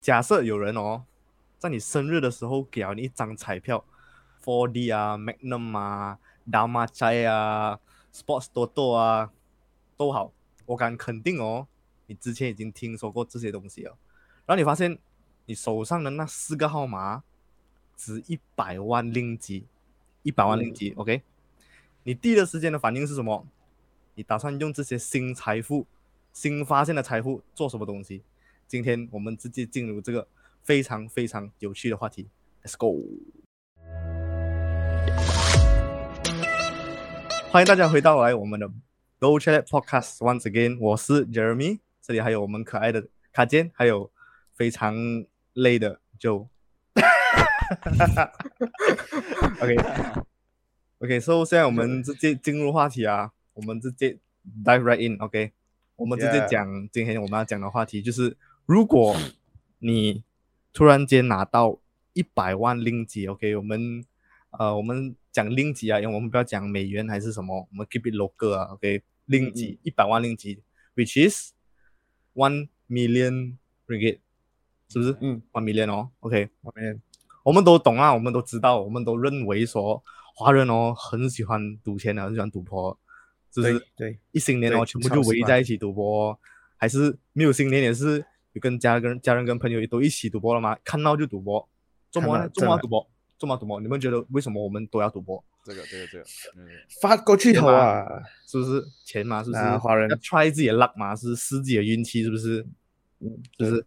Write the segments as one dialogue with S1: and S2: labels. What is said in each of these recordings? S1: 假设有人哦，在你生日的时候给了你一张彩票，Four D 啊、Magnum 啊、Dama Chai 啊、Sports Toto 啊，都好，我敢肯定哦，你之前已经听说过这些东西了。然后你发现你手上的那四个号码值一百万令吉，一百万令吉、o k 你第一的时间的反应是什么？你打算用这些新财富、新发现的财富做什么东西？今天我们直接进入这个非常非常有趣的话题，Let's go！欢迎大家回到来我们的 Low Chat Podcast once again，我是 Jeremy，这里还有我们可爱的卡坚，还有非常累的 Joe。OK OK，so、现在我们直接进入话题啊，我们直接 dive right in。OK，我们直接
S2: Yeah
S1: 讲今天我们要讲的话题，就是如果你突然间拿到一百万令吉，OK，我们呃，我们讲令吉啊，因为我们不要讲美元还是什么，我们 keep it local 啊，OK，令
S2: 嗯
S1: 吉一百万令吉，which is one million ringgit，是不是
S2: 嗯，
S1: one million 哦？OK，
S2: 我们
S1: 我们都懂啊，我们都知道，我们都认为说华人哦很喜欢赌钱的，很喜欢赌博，就
S2: 对
S1: 是
S2: 对
S1: 一新年
S2: 对
S1: 哦全部
S2: 超
S1: 就
S2: 喜
S1: 围
S2: 欢
S1: 在一起赌博哦，还是没有新年也是有跟家跟家人跟朋友都一起赌博了嘛，看到就赌博，做么
S2: 看
S1: 呢？
S2: 到
S1: 做么要
S2: 真的
S1: 赌博？做么要赌博？你们觉得为什么我们都要赌博？
S3: 这个这个这个，嗯，
S2: 发过去头啊，
S1: 是不是钱嘛？是不是？
S2: 啊华人
S1: 要 try 自己的 luck 嘛？是试自己的运气，是不是？
S2: 嗯，
S1: 就是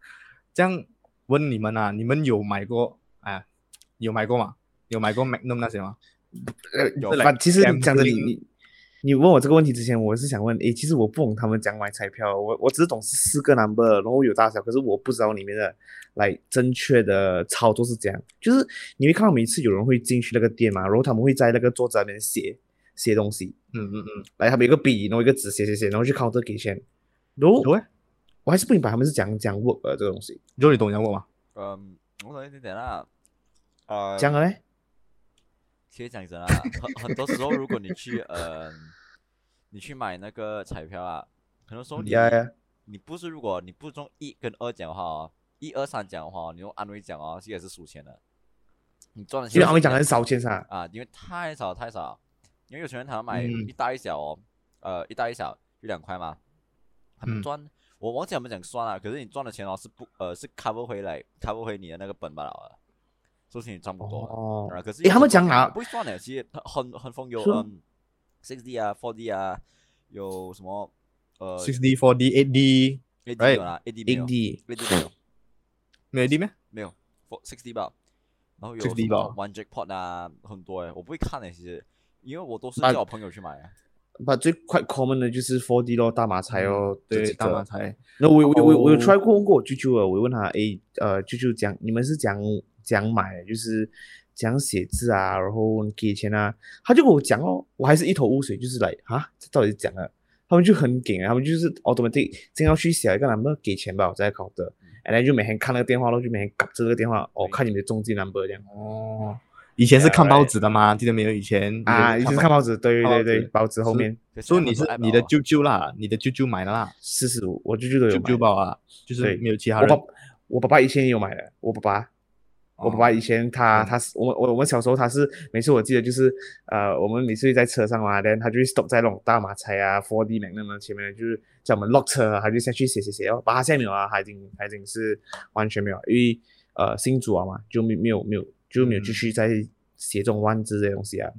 S1: 这样。问你们啊，你们有买过？哎，有买过吗？有买过 Magnum 那些吗？
S2: 呃
S1: 有
S2: 反其实你讲的你
S1: gambling
S2: 你你问我这个问题之前，我是想问，诶，其实我不懂他们讲买彩票，我我只懂是四个 number，然后有大小，可是我不知道里面的来正确的操作是怎样。就是你会看到每次有人会进去那个店嘛，然后他们会在那个桌子那边写写东西，
S1: 嗯嗯嗯，
S2: 来他们有一个笔，然后一个纸写写写，然后去 counter 给钱。然后
S1: 有诶，
S2: 我还是不明白他们是讲讲 work 的这个东西，
S1: 就你懂讲过吗？
S3: 嗯，我等一点点啦，呃，
S2: 讲了嘞，
S3: 其实讲真啊，很很多时候如果你去 呃，你去买那个彩票啊，很多时候你
S2: 嗯呀呀，
S3: 你不是如果你不中一跟二奖的话哦，一二三奖的话哦，你用安慰奖哦，这也是输钱的，你赚的
S2: 因
S3: 钱
S2: 为他们讲的很少钱噻、
S3: 啊，因为太少太少，因为有钱人他们买
S1: 嗯
S3: 一大一小哦，呃，一大一小就两块嘛，他
S1: 嗯
S3: 们赚，我忘记他们讲算了，可是你赚的钱哦是不呃是 cover 回来 cover 回你的那个本吧了，所以你赚不多的。
S2: 哦
S3: 啊，可是
S2: 诶，他们
S3: 讲
S2: 讲哪
S3: 不会算的，其实很很疯有
S2: 是吗
S3: 嗯 six D 啊 four D 啊，有什么呃
S1: Six D, Four D, Eight D，
S3: A D
S1: right，
S3: 有啦，A D 没有
S2: AD
S3: ，A D 没有
S1: 没有 D 咩？
S3: 没有 four six D 吧，然后有
S1: 6D
S3: 什么
S1: 吧
S3: one jackpot 啊，很多诶，我不会看的，其实，因为我都是
S2: 那
S3: 叫我朋友去买啊的。
S2: 把最快 common 的就是 Four D 咯，大马彩哦，这
S1: 对，
S2: 几
S1: 大
S2: 个
S1: 马。才
S2: 那我有我有我有我有
S1: 哦
S2: try 过问过我舅舅啊，我有问他，诶，呃，舅舅讲你们是讲讲买的，就是讲写字啊，然后给钱啊，他就跟我讲哦，我还是一头雾水，就是来啊，这到底是讲啊？他们就很紧啊，他们就是 automatic 正要去写一个 number 给钱吧，我再考的，然后就每天看那个电话咯，就每天搞这个电话，哦，
S3: 对
S2: 看你们的中介 number 这样
S1: 哦，以前是
S2: Yeah，
S1: 看报纸的
S2: 哎
S1: 吗？记得没有？以前
S2: 啊，以前是看报纸，对
S1: 报
S2: 对
S1: 纸
S2: 对，报纸后
S1: 是
S2: 面
S3: 可
S1: 所以
S3: 现
S1: 你是
S3: 在很多 app
S1: 你的
S3: 了哦
S1: 舅舅啦，你的舅舅买的啦，
S2: 四十五，我舅舅都有
S1: 舅
S2: 买
S1: 舅包啊，就是
S2: 对
S1: 没有其他
S2: 我
S1: 人。
S2: 爸我爸爸以前也有买的，我爸爸。我爸爸以前他
S1: 嗯
S2: 他是我们我我们小时候他是每次我记得就是呃我们每次在车上嘛，然后他就会 stop 在那种大马车啊、4 D 那么前面就是叫我们 lock 车啊，他就下去写写写哦，把他现在没有啊，他已经他已经是完全没有，啊因为呃新主啊嘛就没没有没有就没有
S1: 嗯
S2: 继续在写这种万字这些东西啊，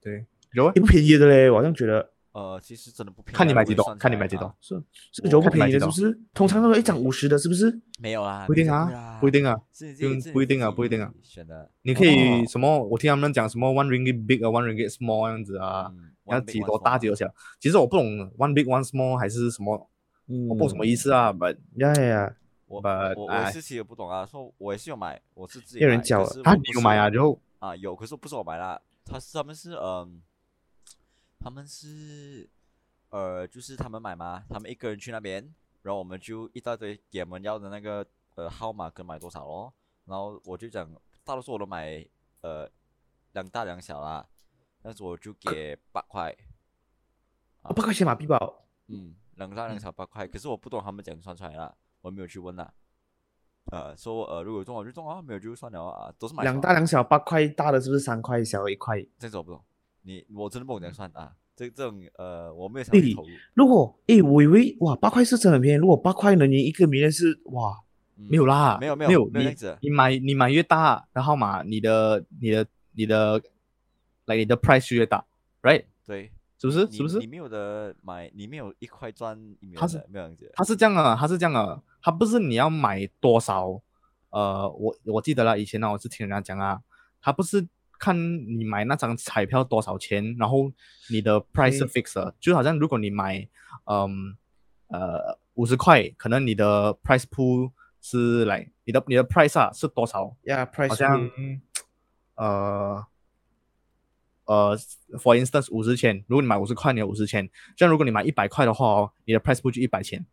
S1: 对有诶
S2: 也不便宜的嘞，我好像觉得
S3: 呃，其实真的不便宜啊。
S1: 看你买
S3: 如果
S1: 几多
S3: 算起
S1: 看你
S3: 来
S1: 买几
S3: 啊
S1: 多，
S2: 是是九
S1: 哦看你买
S2: 便宜的，
S1: 几
S2: 是
S1: 刀
S2: 不是？通常都是一张五十的，是不是？
S3: 没有啦，
S1: 不一定啊
S2: 哎
S3: 没这么贵
S1: 不一定啊，
S3: 是你自
S1: 不
S3: 己
S1: 用
S3: 是你
S1: 不一定啊
S3: 自
S1: 不一定啊
S3: 己选的
S1: 你可以
S2: 哦
S1: 什么？我听他们讲什么 one ringgit big 啊，one ringgit small 这样子啊，
S3: 嗯
S1: 要
S3: one big
S1: 几
S3: one
S1: 多
S3: small
S1: 大几多小。其实我不懂 one big one small 还是什么，
S2: 嗯，
S1: 我不懂什么意思啊，but
S2: 呀呀呀，
S3: 我
S1: But
S3: 我
S1: 哎
S3: 我是其实也不懂啊，说我也是有买，我是自己
S2: 有人
S3: 买可
S2: 教
S3: 是
S1: 他
S3: 我
S1: 你
S3: 不
S1: 有
S3: 是
S1: 买啊？然后
S3: 啊有，可是不是我买啦，他是他们是嗯，他们是呃就是他们买嘛，他们一个人去那边，然后我们就一大堆给我们要的那个呃号码跟买多少咯，然后我就讲大多数我都买呃两大两小啦，但是我就给八块，
S2: 我啊八块钱马币吧，
S3: 嗯，两大两小八块，可是我不懂他们怎样算出来啦，我没有去问啦。呃，说呃，如果有中了就中啊，没有就算了啊，都是买
S2: 两
S3: 爽
S2: 大两小八块，大的是不是三块，小的一块？
S3: 这种我不懂，你我真的不懂
S1: 嗯
S3: 怎样算啊，这这种呃，我没有想
S2: 对
S3: 去投入，
S2: 如果诶，我以为哇八块是真的很便宜，如果八块能赢一个名人是哇，
S1: 没有
S3: 了，
S1: 啦，
S3: 嗯没有没
S1: 没
S3: 有没有这
S1: 你
S3: 样子的
S1: 你买你买越大，然后嘛，你的你的你的，来你的 price 就越大，right？
S3: 对，
S1: 是不是？
S3: 你
S1: 是不是
S3: 你？没有的买，你没有一块赚一秒
S1: 他是
S3: 的，没有这样子的，
S1: 它是这样的，它是这样的，它不是你要买多少，呃，我我记得了，以前呢、我是听人家讲啊，它不是看你买那张彩票多少钱，然后你的 price 是 fixed，的、就好像如果你买，嗯呃五十块，可能你的 price pool 是来你的你的 price 啊是多少，
S2: 呀 price
S1: 好像
S2: 会嗯
S1: 呃呃，for instance 五十钱，如果你买五十块，你有五十钱，这样如果你买一百块的话哦，你的 price pool 就一百钱。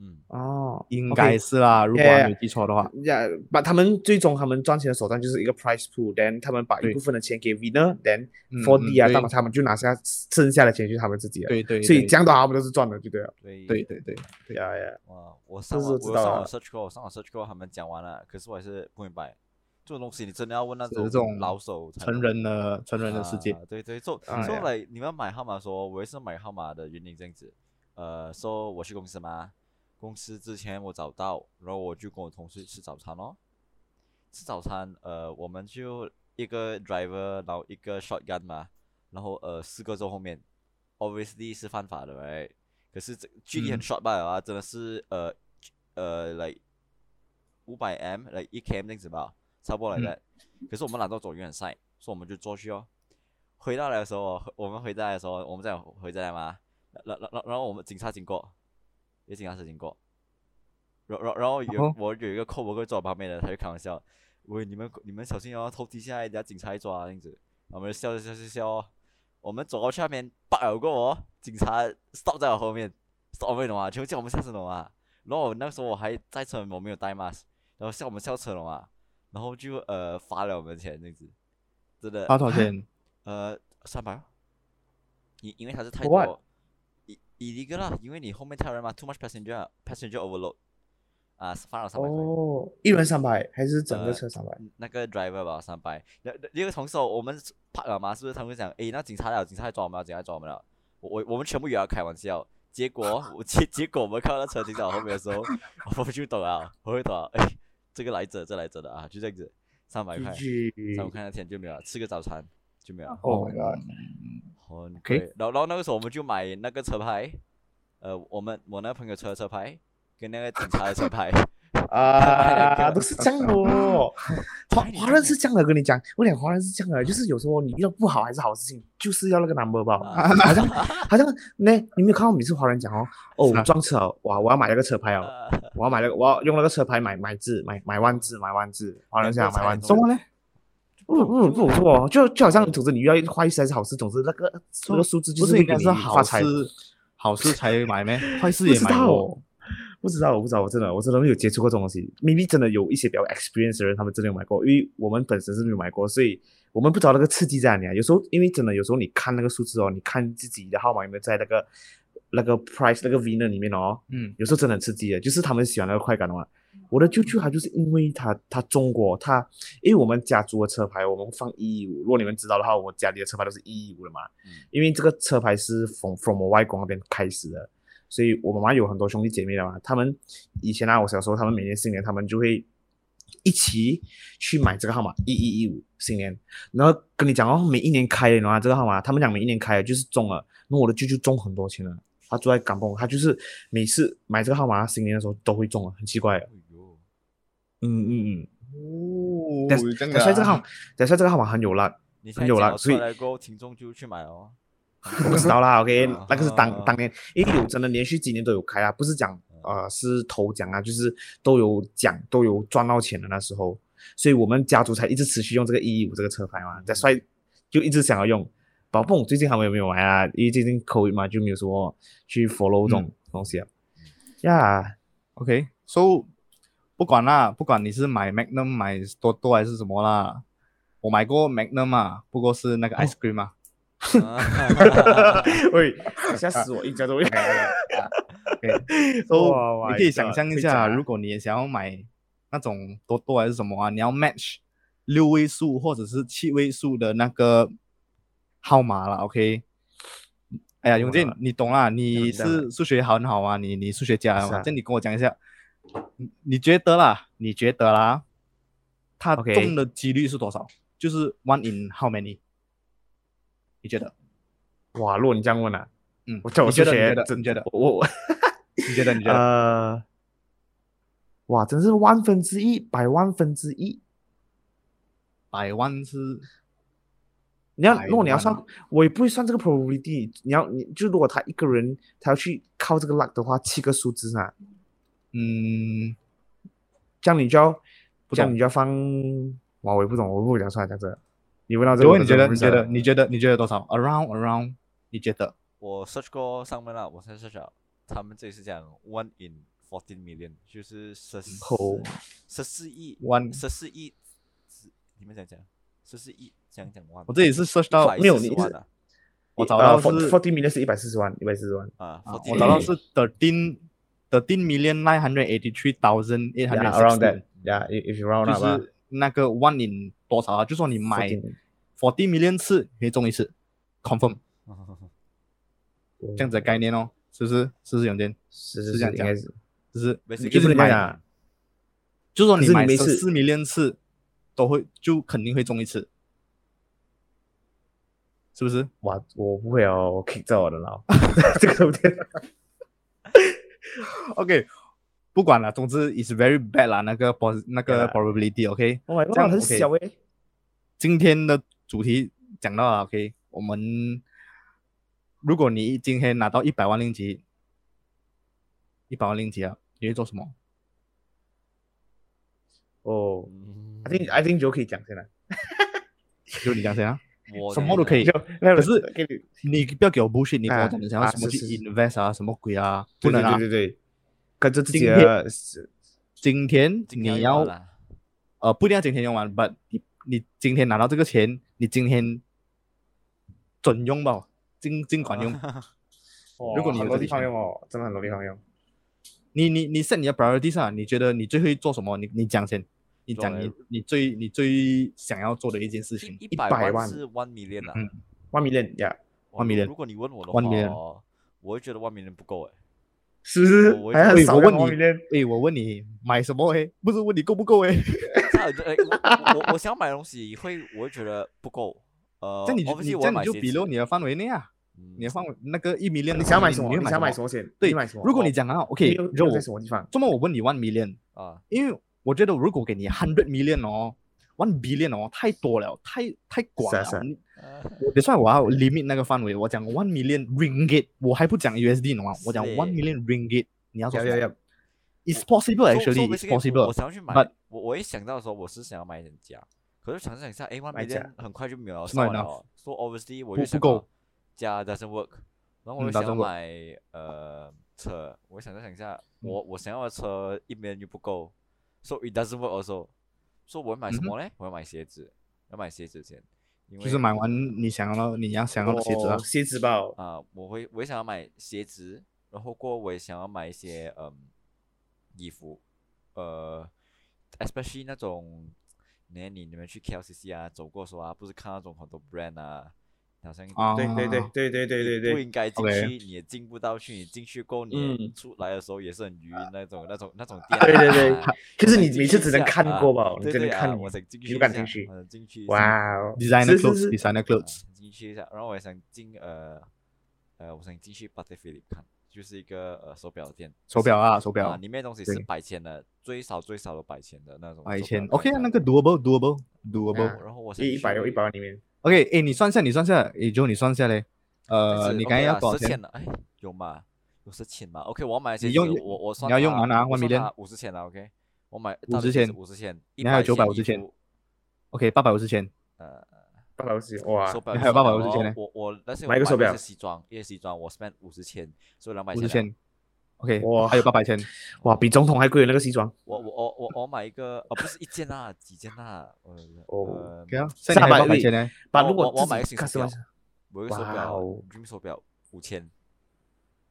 S3: 嗯，
S2: 哦，
S1: 应
S2: OK
S1: 该是啦，如果我
S2: Yeah,
S1: 没有记错的话，
S2: 呀，把他们最终他们赚钱的手段就是一个 price pool，then 他们把一
S1: 对
S2: 部分的钱给 winner，then
S1: 嗯
S2: for D 啊，
S1: 嗯对
S2: 那么他们就拿下剩下的钱就是他们自己的，
S1: 对对，
S2: 所以
S1: 对
S2: 这样的话他们都是赚的，就对了。
S3: 对
S1: 对对对，
S2: 对呀呀，
S3: 哇，我上
S2: 是
S3: 网
S2: 知
S3: 我有
S2: 道
S3: 上网
S2: 了
S3: search 过，我上网 search 过，他们讲完了，可是我还是不明白这种东西，你真的要问那
S1: 是
S3: 种
S1: 这种
S3: 老手才
S1: 成
S3: 懂
S1: 人的成人的世界
S3: 啊，对对，做
S2: 哎
S3: 做
S2: 呀
S3: 来你们买号码说，我也是买号码的原因这样子。呃，说、我去公司嘛，公司之前我找到，然后我就跟我同事吃早餐咯。吃早餐，呃，我们就一个 driver，然后一个 shotgun 嘛，然后呃四个坐后面，obviously 是犯法的，right？可是这距离很
S1: 嗯
S3: short 罢了啊，真的是呃呃，like 五百 m，like 一 km 这样子吧，差不多来
S1: 嗯
S3: 的。可是我们懒惰走远赛，所以我们就坐去哦。回到来的时候哦，我们回家来的时候，我们再回再来嘛。然然然然后我们警察经过，有警察车经过。然然然后有
S1: 然后
S3: 我有一个 c o w o r 坐我旁边的，他就开玩笑，喂你们你们小心哦，偷踢下来，人家警察来抓啊这样子。我们就笑笑笑笑笑哦。我们走到去那边，叭有过我，警察 stop 在我后面，stop 我们懂吗？啊全部叫我们下车懂吗？然后我那时候我还在车，我没有带 mask，然后笑我们笑车了嘛，然后就呃罚了我们钱这样子，真的
S1: 花
S2: 啊
S1: 多少钱？
S3: 呃三百，因因为他是太
S2: For
S3: 多，一一个啦，因为你后面太人嘛，too much passenger 啊 passenger overload 啊，罚了三百块。
S2: 哦，一人三百还是整
S3: 呃
S2: 个车三百？
S3: 嗯那个 driver 吧，三百。那那因为同时哦我们 park 了嘛，是不是？他们讲，诶，那警察来了，警察来抓我们了，警察来抓我们了。我我我们全部以为他开玩笑，结果我结结果我们看到那车停在我后面的时候， 我们就懂啊，我会懂啊，哎，这个来者，这来者的啊，就这样子，三百块，
S2: GG
S3: 三百块那天就没有了，吃个早餐就没有了，
S2: Oh my god！
S3: 很
S1: OK
S3: 贵。然后然后那个时候我们就买那个车牌，呃，我们我那个朋友车的车牌跟那个警察的 车牌，
S2: 啊，都是这样的哦。华
S3: 哪里
S2: 华
S3: 这
S2: 人
S3: 样
S2: 是这样的，跟你讲，我讲华人是这样的，就是有时候你遇到不好还是好事情，就是要那个 number 吧。
S3: 啊
S2: 好像好像那你没有看到每次华人讲哦，
S1: 是啊
S2: 哦撞车哦，哇，我要买那个车牌哦，
S3: 呃
S2: 我要买那个，我要用那个车牌买买字，买买万字，买万字，华人是讲买万字
S3: 中。
S1: 么呢？嗯
S2: 不不不不错哦，就就好像总之你遇到坏事还是好事，总之那个那个数字就
S1: 不是
S2: 会
S1: 应
S2: 给
S1: 该
S2: 你
S1: 是
S2: 发
S1: 好
S2: 财
S1: 事。好事才买咩？坏事
S2: 不
S1: 也
S2: 知
S1: 买
S2: 道
S1: 哦。
S2: 哦，不知道，我不知道，我真的我真的没有接触过这种东西。maybe 真的有一些比较 experience 的人，他们真的有买过，因为我们本身是没有买过，所以我们不知道那个刺激在哪里啊。有时候因为真的有时候你看那个数字哦，你看自己的号码有没有在那个那个 price 那个 winner 里面哦，
S1: 嗯，
S2: 有时候真的很刺激的，就是他们喜欢那个快感的嘛。我的舅舅他就是因为他他中国他，因为我们家族的车牌我们放一一五，如果你们知道的话，我家里的车牌都是一一五的嘛，
S3: 嗯
S2: 因为这个车牌是 from from 我外公那边开始的，所以我妈妈有很多兄弟姐妹的嘛，他们以前啊，我小时候他们每年新年他们就会一起去买这个号码一一一五新年，然后跟你讲哦，每一年开的嘛这个号码，他们讲每一年开的就是中了，那我的舅舅中很多钱了。他住在港崩，他就是每次买这个号码，新年的时候都会中啊，很奇怪的。
S3: 哎呦，
S2: 嗯嗯
S1: 哦
S2: 但
S1: 有这
S2: 嗯，
S1: 样
S2: 等
S1: 的
S2: 下这个
S1: 啊
S2: 号，等下这个号码很有 烂，
S3: 你现
S2: 很
S3: 在
S2: 有
S3: 讲
S2: 啦
S3: 了出
S2: 所以
S3: 来过后，听众就去买 了哦。
S2: 我不知道啦。OK，
S3: 啊
S2: 那个是
S3: 啊
S2: 当当年，因为有真的连续几年都有开啊，不是讲呃是头奖啊，就是都有奖，都有赚到钱的那时候，所以我们家族才一直持续用这个一一五这个车牌嘛，在帅就一直想要用。宝蹦最近他们有没有玩啊？因为最近 COVID 嘛，就没有说去 follow 这
S3: 嗯
S2: 种东西啊。呀、
S1: OK，so 不管啦，不管你是买 Magnum 买多多还是什么啦，我买过 Magnum 啊，不过是
S2: 哦
S1: 那个 ice cream 啊。
S3: 啊
S2: 哎喂，吓死我，一家都会。
S1: 都、
S2: 哇
S1: Oh 你可以
S2: my
S1: 想
S2: god，
S1: 象一
S2: 会炸
S1: 下，如果你也想要买那种多多还是什么啊，你要 match 六位数或者是七位数的那个号码啦 o、k 哎呀，永健
S2: 哇，
S1: 你懂啦，你
S2: 这样
S1: 是数学很好啊，你你数学家
S2: 是
S1: 嘛，
S2: 啊
S1: 这样你跟我讲一下，你你觉得啦，你觉得啦，他
S2: OK
S1: 中的几率是多少就是 one in how many？你觉得？
S2: 哇，如果你这样问啊，
S1: 嗯，
S2: 我叫我
S1: 你觉
S2: 数
S1: 得？你
S2: 学
S1: 觉，得？
S2: 真
S1: 你觉得？
S2: 我我
S1: 你觉得？ 你觉得？
S2: 呃，哇，真是万分之一，百万分之一。
S1: 百万是
S2: 你要
S1: 百
S2: 如果你要
S1: 万
S2: 算
S1: 啊，
S2: 我也不会算这个 probability。你要你就如果他一个人他要去靠这个 luck 的话，七个数字啊，
S1: 嗯，
S2: 这样你就要
S1: 不
S2: 这样
S1: 懂
S2: 你就要放。哇，我也不懂，我不想算这样子。你问到这
S1: 如
S2: 个
S1: 果
S2: 我
S1: 你觉
S2: 真的
S1: 得
S2: 不
S1: 你
S2: 知道，
S1: 觉得你觉得你觉得多少？Around around，你觉得
S3: 我 search 过上面了，我才 search 了，他们这里是讲 one in fourteen million，就是十四
S2: 哦
S3: 十四亿
S1: one？
S3: 十四亿，你们讲讲十四亿讲讲 one，
S1: 我这里是 search 到
S2: 没有你
S3: 万
S2: 是
S3: 啊
S1: 我找到是
S2: forty million 呃是一百四十万，一百四十万。
S3: 啊
S1: 啊，
S3: 14
S1: 我找到
S3: 亿
S1: 是 thirteen thirteen million nine hundred eighty three thousand eight
S2: Yeah,
S1: hundred
S2: around that.
S1: sixty，
S2: Yeah, if if you round up
S1: 就
S2: 啊
S1: 是那个 one in 多少啊？就说你买
S2: 14
S1: forty million 次可以中一次，confirm 这样子的概念哦，是不是？是不是永健？
S2: 是
S1: 是
S2: 是
S1: 这样
S2: 应
S1: 讲
S2: 该是。
S1: 就是
S3: ，basically
S1: 就是
S2: 不
S1: 你
S2: 能
S1: 买
S2: 讲，
S1: 就说
S2: 可
S1: 你
S2: 是你
S1: 买
S2: 没
S1: 十
S2: 事
S1: 四 million 次都会就肯定会中一次，是不是？
S2: 哇，我不会哦，我 kick 到我的 脑，这个有点
S1: OK，不管了，总之 is very bad 啦，那个 pos 那个
S2: Yeah
S1: probability OK。
S2: ，Oh my god，
S1: 这样
S2: 很
S1: OK
S2: 小诶。
S1: 今天的主题讲到了 OK，我们如果你今天拿到一百万令吉，一百万令吉啊，你会做什么？
S2: 哦
S3: 嗯
S2: ，I
S1: 哎
S2: think I think 就可以讲先了，
S1: 就你讲先 啊，
S3: 我
S1: 什
S3: 的
S1: 么都可以
S2: 就那
S1: 可是
S2: 给你
S1: 你不要给我 bullshit，你跟我
S2: 啊
S1: 讲你想要
S2: 啊
S1: 什么去
S2: 是是是
S1: invest 啊，什么鬼啊，不
S2: 对
S1: 能
S2: 对
S1: 啊。
S2: 对对对，跟着自己
S1: 今
S2: 的
S1: 今天
S3: 今天
S1: 你
S3: 用
S1: 要
S3: 完啦
S1: 呃不一定要今天用完，but 你你今天拿到这个钱，你今天准用吧，尽尽管 用。如果你有
S2: 很多
S1: 这
S2: 地
S1: 个
S2: 方
S1: 钱
S2: 用哦，真的很多地方用。
S1: 你你你 set 你的 priorities 啊，你觉得你最会做什么？你你讲先，你
S3: 做
S1: 讲
S3: 了
S1: 你你最你最想要做的一件事情
S3: 一。一
S2: 100
S3: 百
S2: 万
S3: 是 one million 啊
S1: 嗯
S2: 万米链呀，
S3: 哇
S1: one
S3: 如
S1: million
S3: 如果你问我的
S1: one
S3: 话，我会觉得 one million 不够哎，
S2: 是不是
S3: 我？
S1: 我
S2: 还很少
S1: 我问
S2: 万
S1: 你
S2: 米链，
S1: 诶，我问你买什么？诶，不是问你够不够？诶，
S3: 差很多哎，我我我想买东西会，我会觉得不够。呃，
S1: 这样你就
S3: obviously
S1: 你
S3: 我
S1: 这
S3: 会
S1: 样
S3: 买
S1: 你就
S3: 鞋
S1: 比
S3: 子
S1: 如你的范围内啊，
S3: 嗯啊
S1: 你的范围那个一 million，
S2: 你想要买什么？
S1: 你会
S2: 你想要买
S1: 买
S2: 什
S1: 么？
S2: 么先？
S1: 对
S2: 你买什么？
S1: 如果你
S2: 哦
S1: 讲啊
S2: 你
S1: ，OK，
S2: 用
S1: 肉
S2: 用在什么地方？
S1: 这么我问你 one million，
S3: 啊，
S1: 因为我觉得如果给你 hundred million 哦，one billion 哦，太多了，太太广
S2: 是啊
S1: 了。
S2: 是啊
S1: 你
S3: 呃
S1: 我得算我要 limit 那个范围，我讲 one million ringgit，我还不讲 USD 呢嘛，我讲
S3: 是
S1: one million ringgit，你要做
S2: 要
S1: 什
S2: 要
S1: 么
S2: 要，
S1: ？It's possible
S3: So- so
S1: actually, it's
S3: basically，
S1: possible
S3: 我我。想要去买
S1: but-
S3: 我我一想到的时候，我是想要买人家，可是想想一下，哎，万
S2: 买
S3: 美
S2: 家
S3: 元很快就没有了，
S1: It's
S3: 上
S1: not
S3: 完
S1: enough
S3: 了。So obviously，
S1: 不
S3: 我就想
S1: 不够
S3: 到家 doesn't work，然后我
S1: 嗯
S3: 又想要
S1: ，doesn't work
S3: 买呃车，我想再想一下，
S1: 嗯
S3: 我我想要的车一边又不够，so it doesn't work also。说我要买什
S1: 嗯哼
S3: 么嘞？我要买鞋子，要买鞋子先，因为
S1: 就是买完你想要的，你要想要的鞋子啊
S2: 哦，鞋子吧，哦
S3: 啊、我会我也想要买鞋子，然后过后我也想要买一些嗯衣服，呃，especially 那种，那你你们去 KLCC 啊走过的时候啊，不是看那种很多 brand 啊，好像
S1: 啊。
S2: 对对对对对
S3: 你
S2: 对对
S3: 不
S2: 对，
S3: 应该进
S1: OK
S3: 去，你也进不到去，你进去过后你也
S2: 嗯
S3: 出来的时候也是很晕那种那种那种店啊、
S2: 对对对可是
S3: 想
S2: 你
S3: 进
S2: 每
S3: 去
S2: 次只能
S3: 一下
S2: 看
S3: 啊
S2: 过吧，你
S3: 对
S2: 只能
S3: 对啊，
S2: 看
S3: 我想进去
S2: 你
S3: 一
S2: 不敢
S3: 下
S2: 进去
S3: 我想进去一下
S2: 哇哦
S1: ，designer
S2: 是是是
S1: clothes，designer
S3: 啊
S1: clothes，
S3: 进去一下，然后我也想进呃呃，我想进去 Bate Philip 看，就是一个呃手表店，
S1: 手表啊，手
S3: 啊，
S1: 表，
S3: 里面的东西是
S1: 对
S3: 百千的，最少最少的百千的那种手
S1: 啊，
S3: 表看一
S1: 一
S3: 下。
S1: 千。OK 啊，那个 doable doable
S2: 啊
S1: doable。
S3: 然后我想
S2: 一一百
S3: 去
S2: 一百万里面，
S1: OK，诶，你算一下，你算一下，诶，就你算一下嘞。
S3: 还
S1: 呃，
S3: 是
S1: 你
S3: OK
S1: 刚才要
S3: 啦
S1: 多少
S3: 10千
S1: 钱？
S3: 了？哎，有吗？有十千吗？OK，我要买一些
S1: 你用
S3: 我我算
S1: 你要用完啊
S3: 它我
S1: 1 million
S3: 算它五十千了，OK，我买
S1: 50千
S3: 五十千，
S1: 你还有
S3: 100
S1: 950
S3: 衣
S1: 千
S3: 服，
S1: OK，八百五十千。
S3: 呃，
S2: 八百五十，哇
S3: 手，表
S1: 你
S3: 就
S1: 还有
S3: 算了
S1: 850千
S3: 然
S1: 呢
S3: 后我我但是
S2: 买一个手表
S3: 西装，因为西装我 spend 五十千，所以两百
S1: 五十
S3: 千了。
S1: 千，OK，
S2: 哇
S1: 还有八百千，
S2: 哇，比总统还贵的那个西装。
S3: 我我我我我买一个，哦不是一件啦，几件啦，我
S2: 哦
S3: 呃
S1: 对啊，现在还
S2: 300
S1: 有八百
S2: 喂
S1: 千呢，
S2: 把
S3: 我
S2: 如果
S3: 哦我我买一
S2: 自
S3: 个
S2: 己
S3: 新手
S2: customize-
S3: 表，我一个手
S2: 哇
S3: 表
S2: 哦
S3: ，Dream 手表五千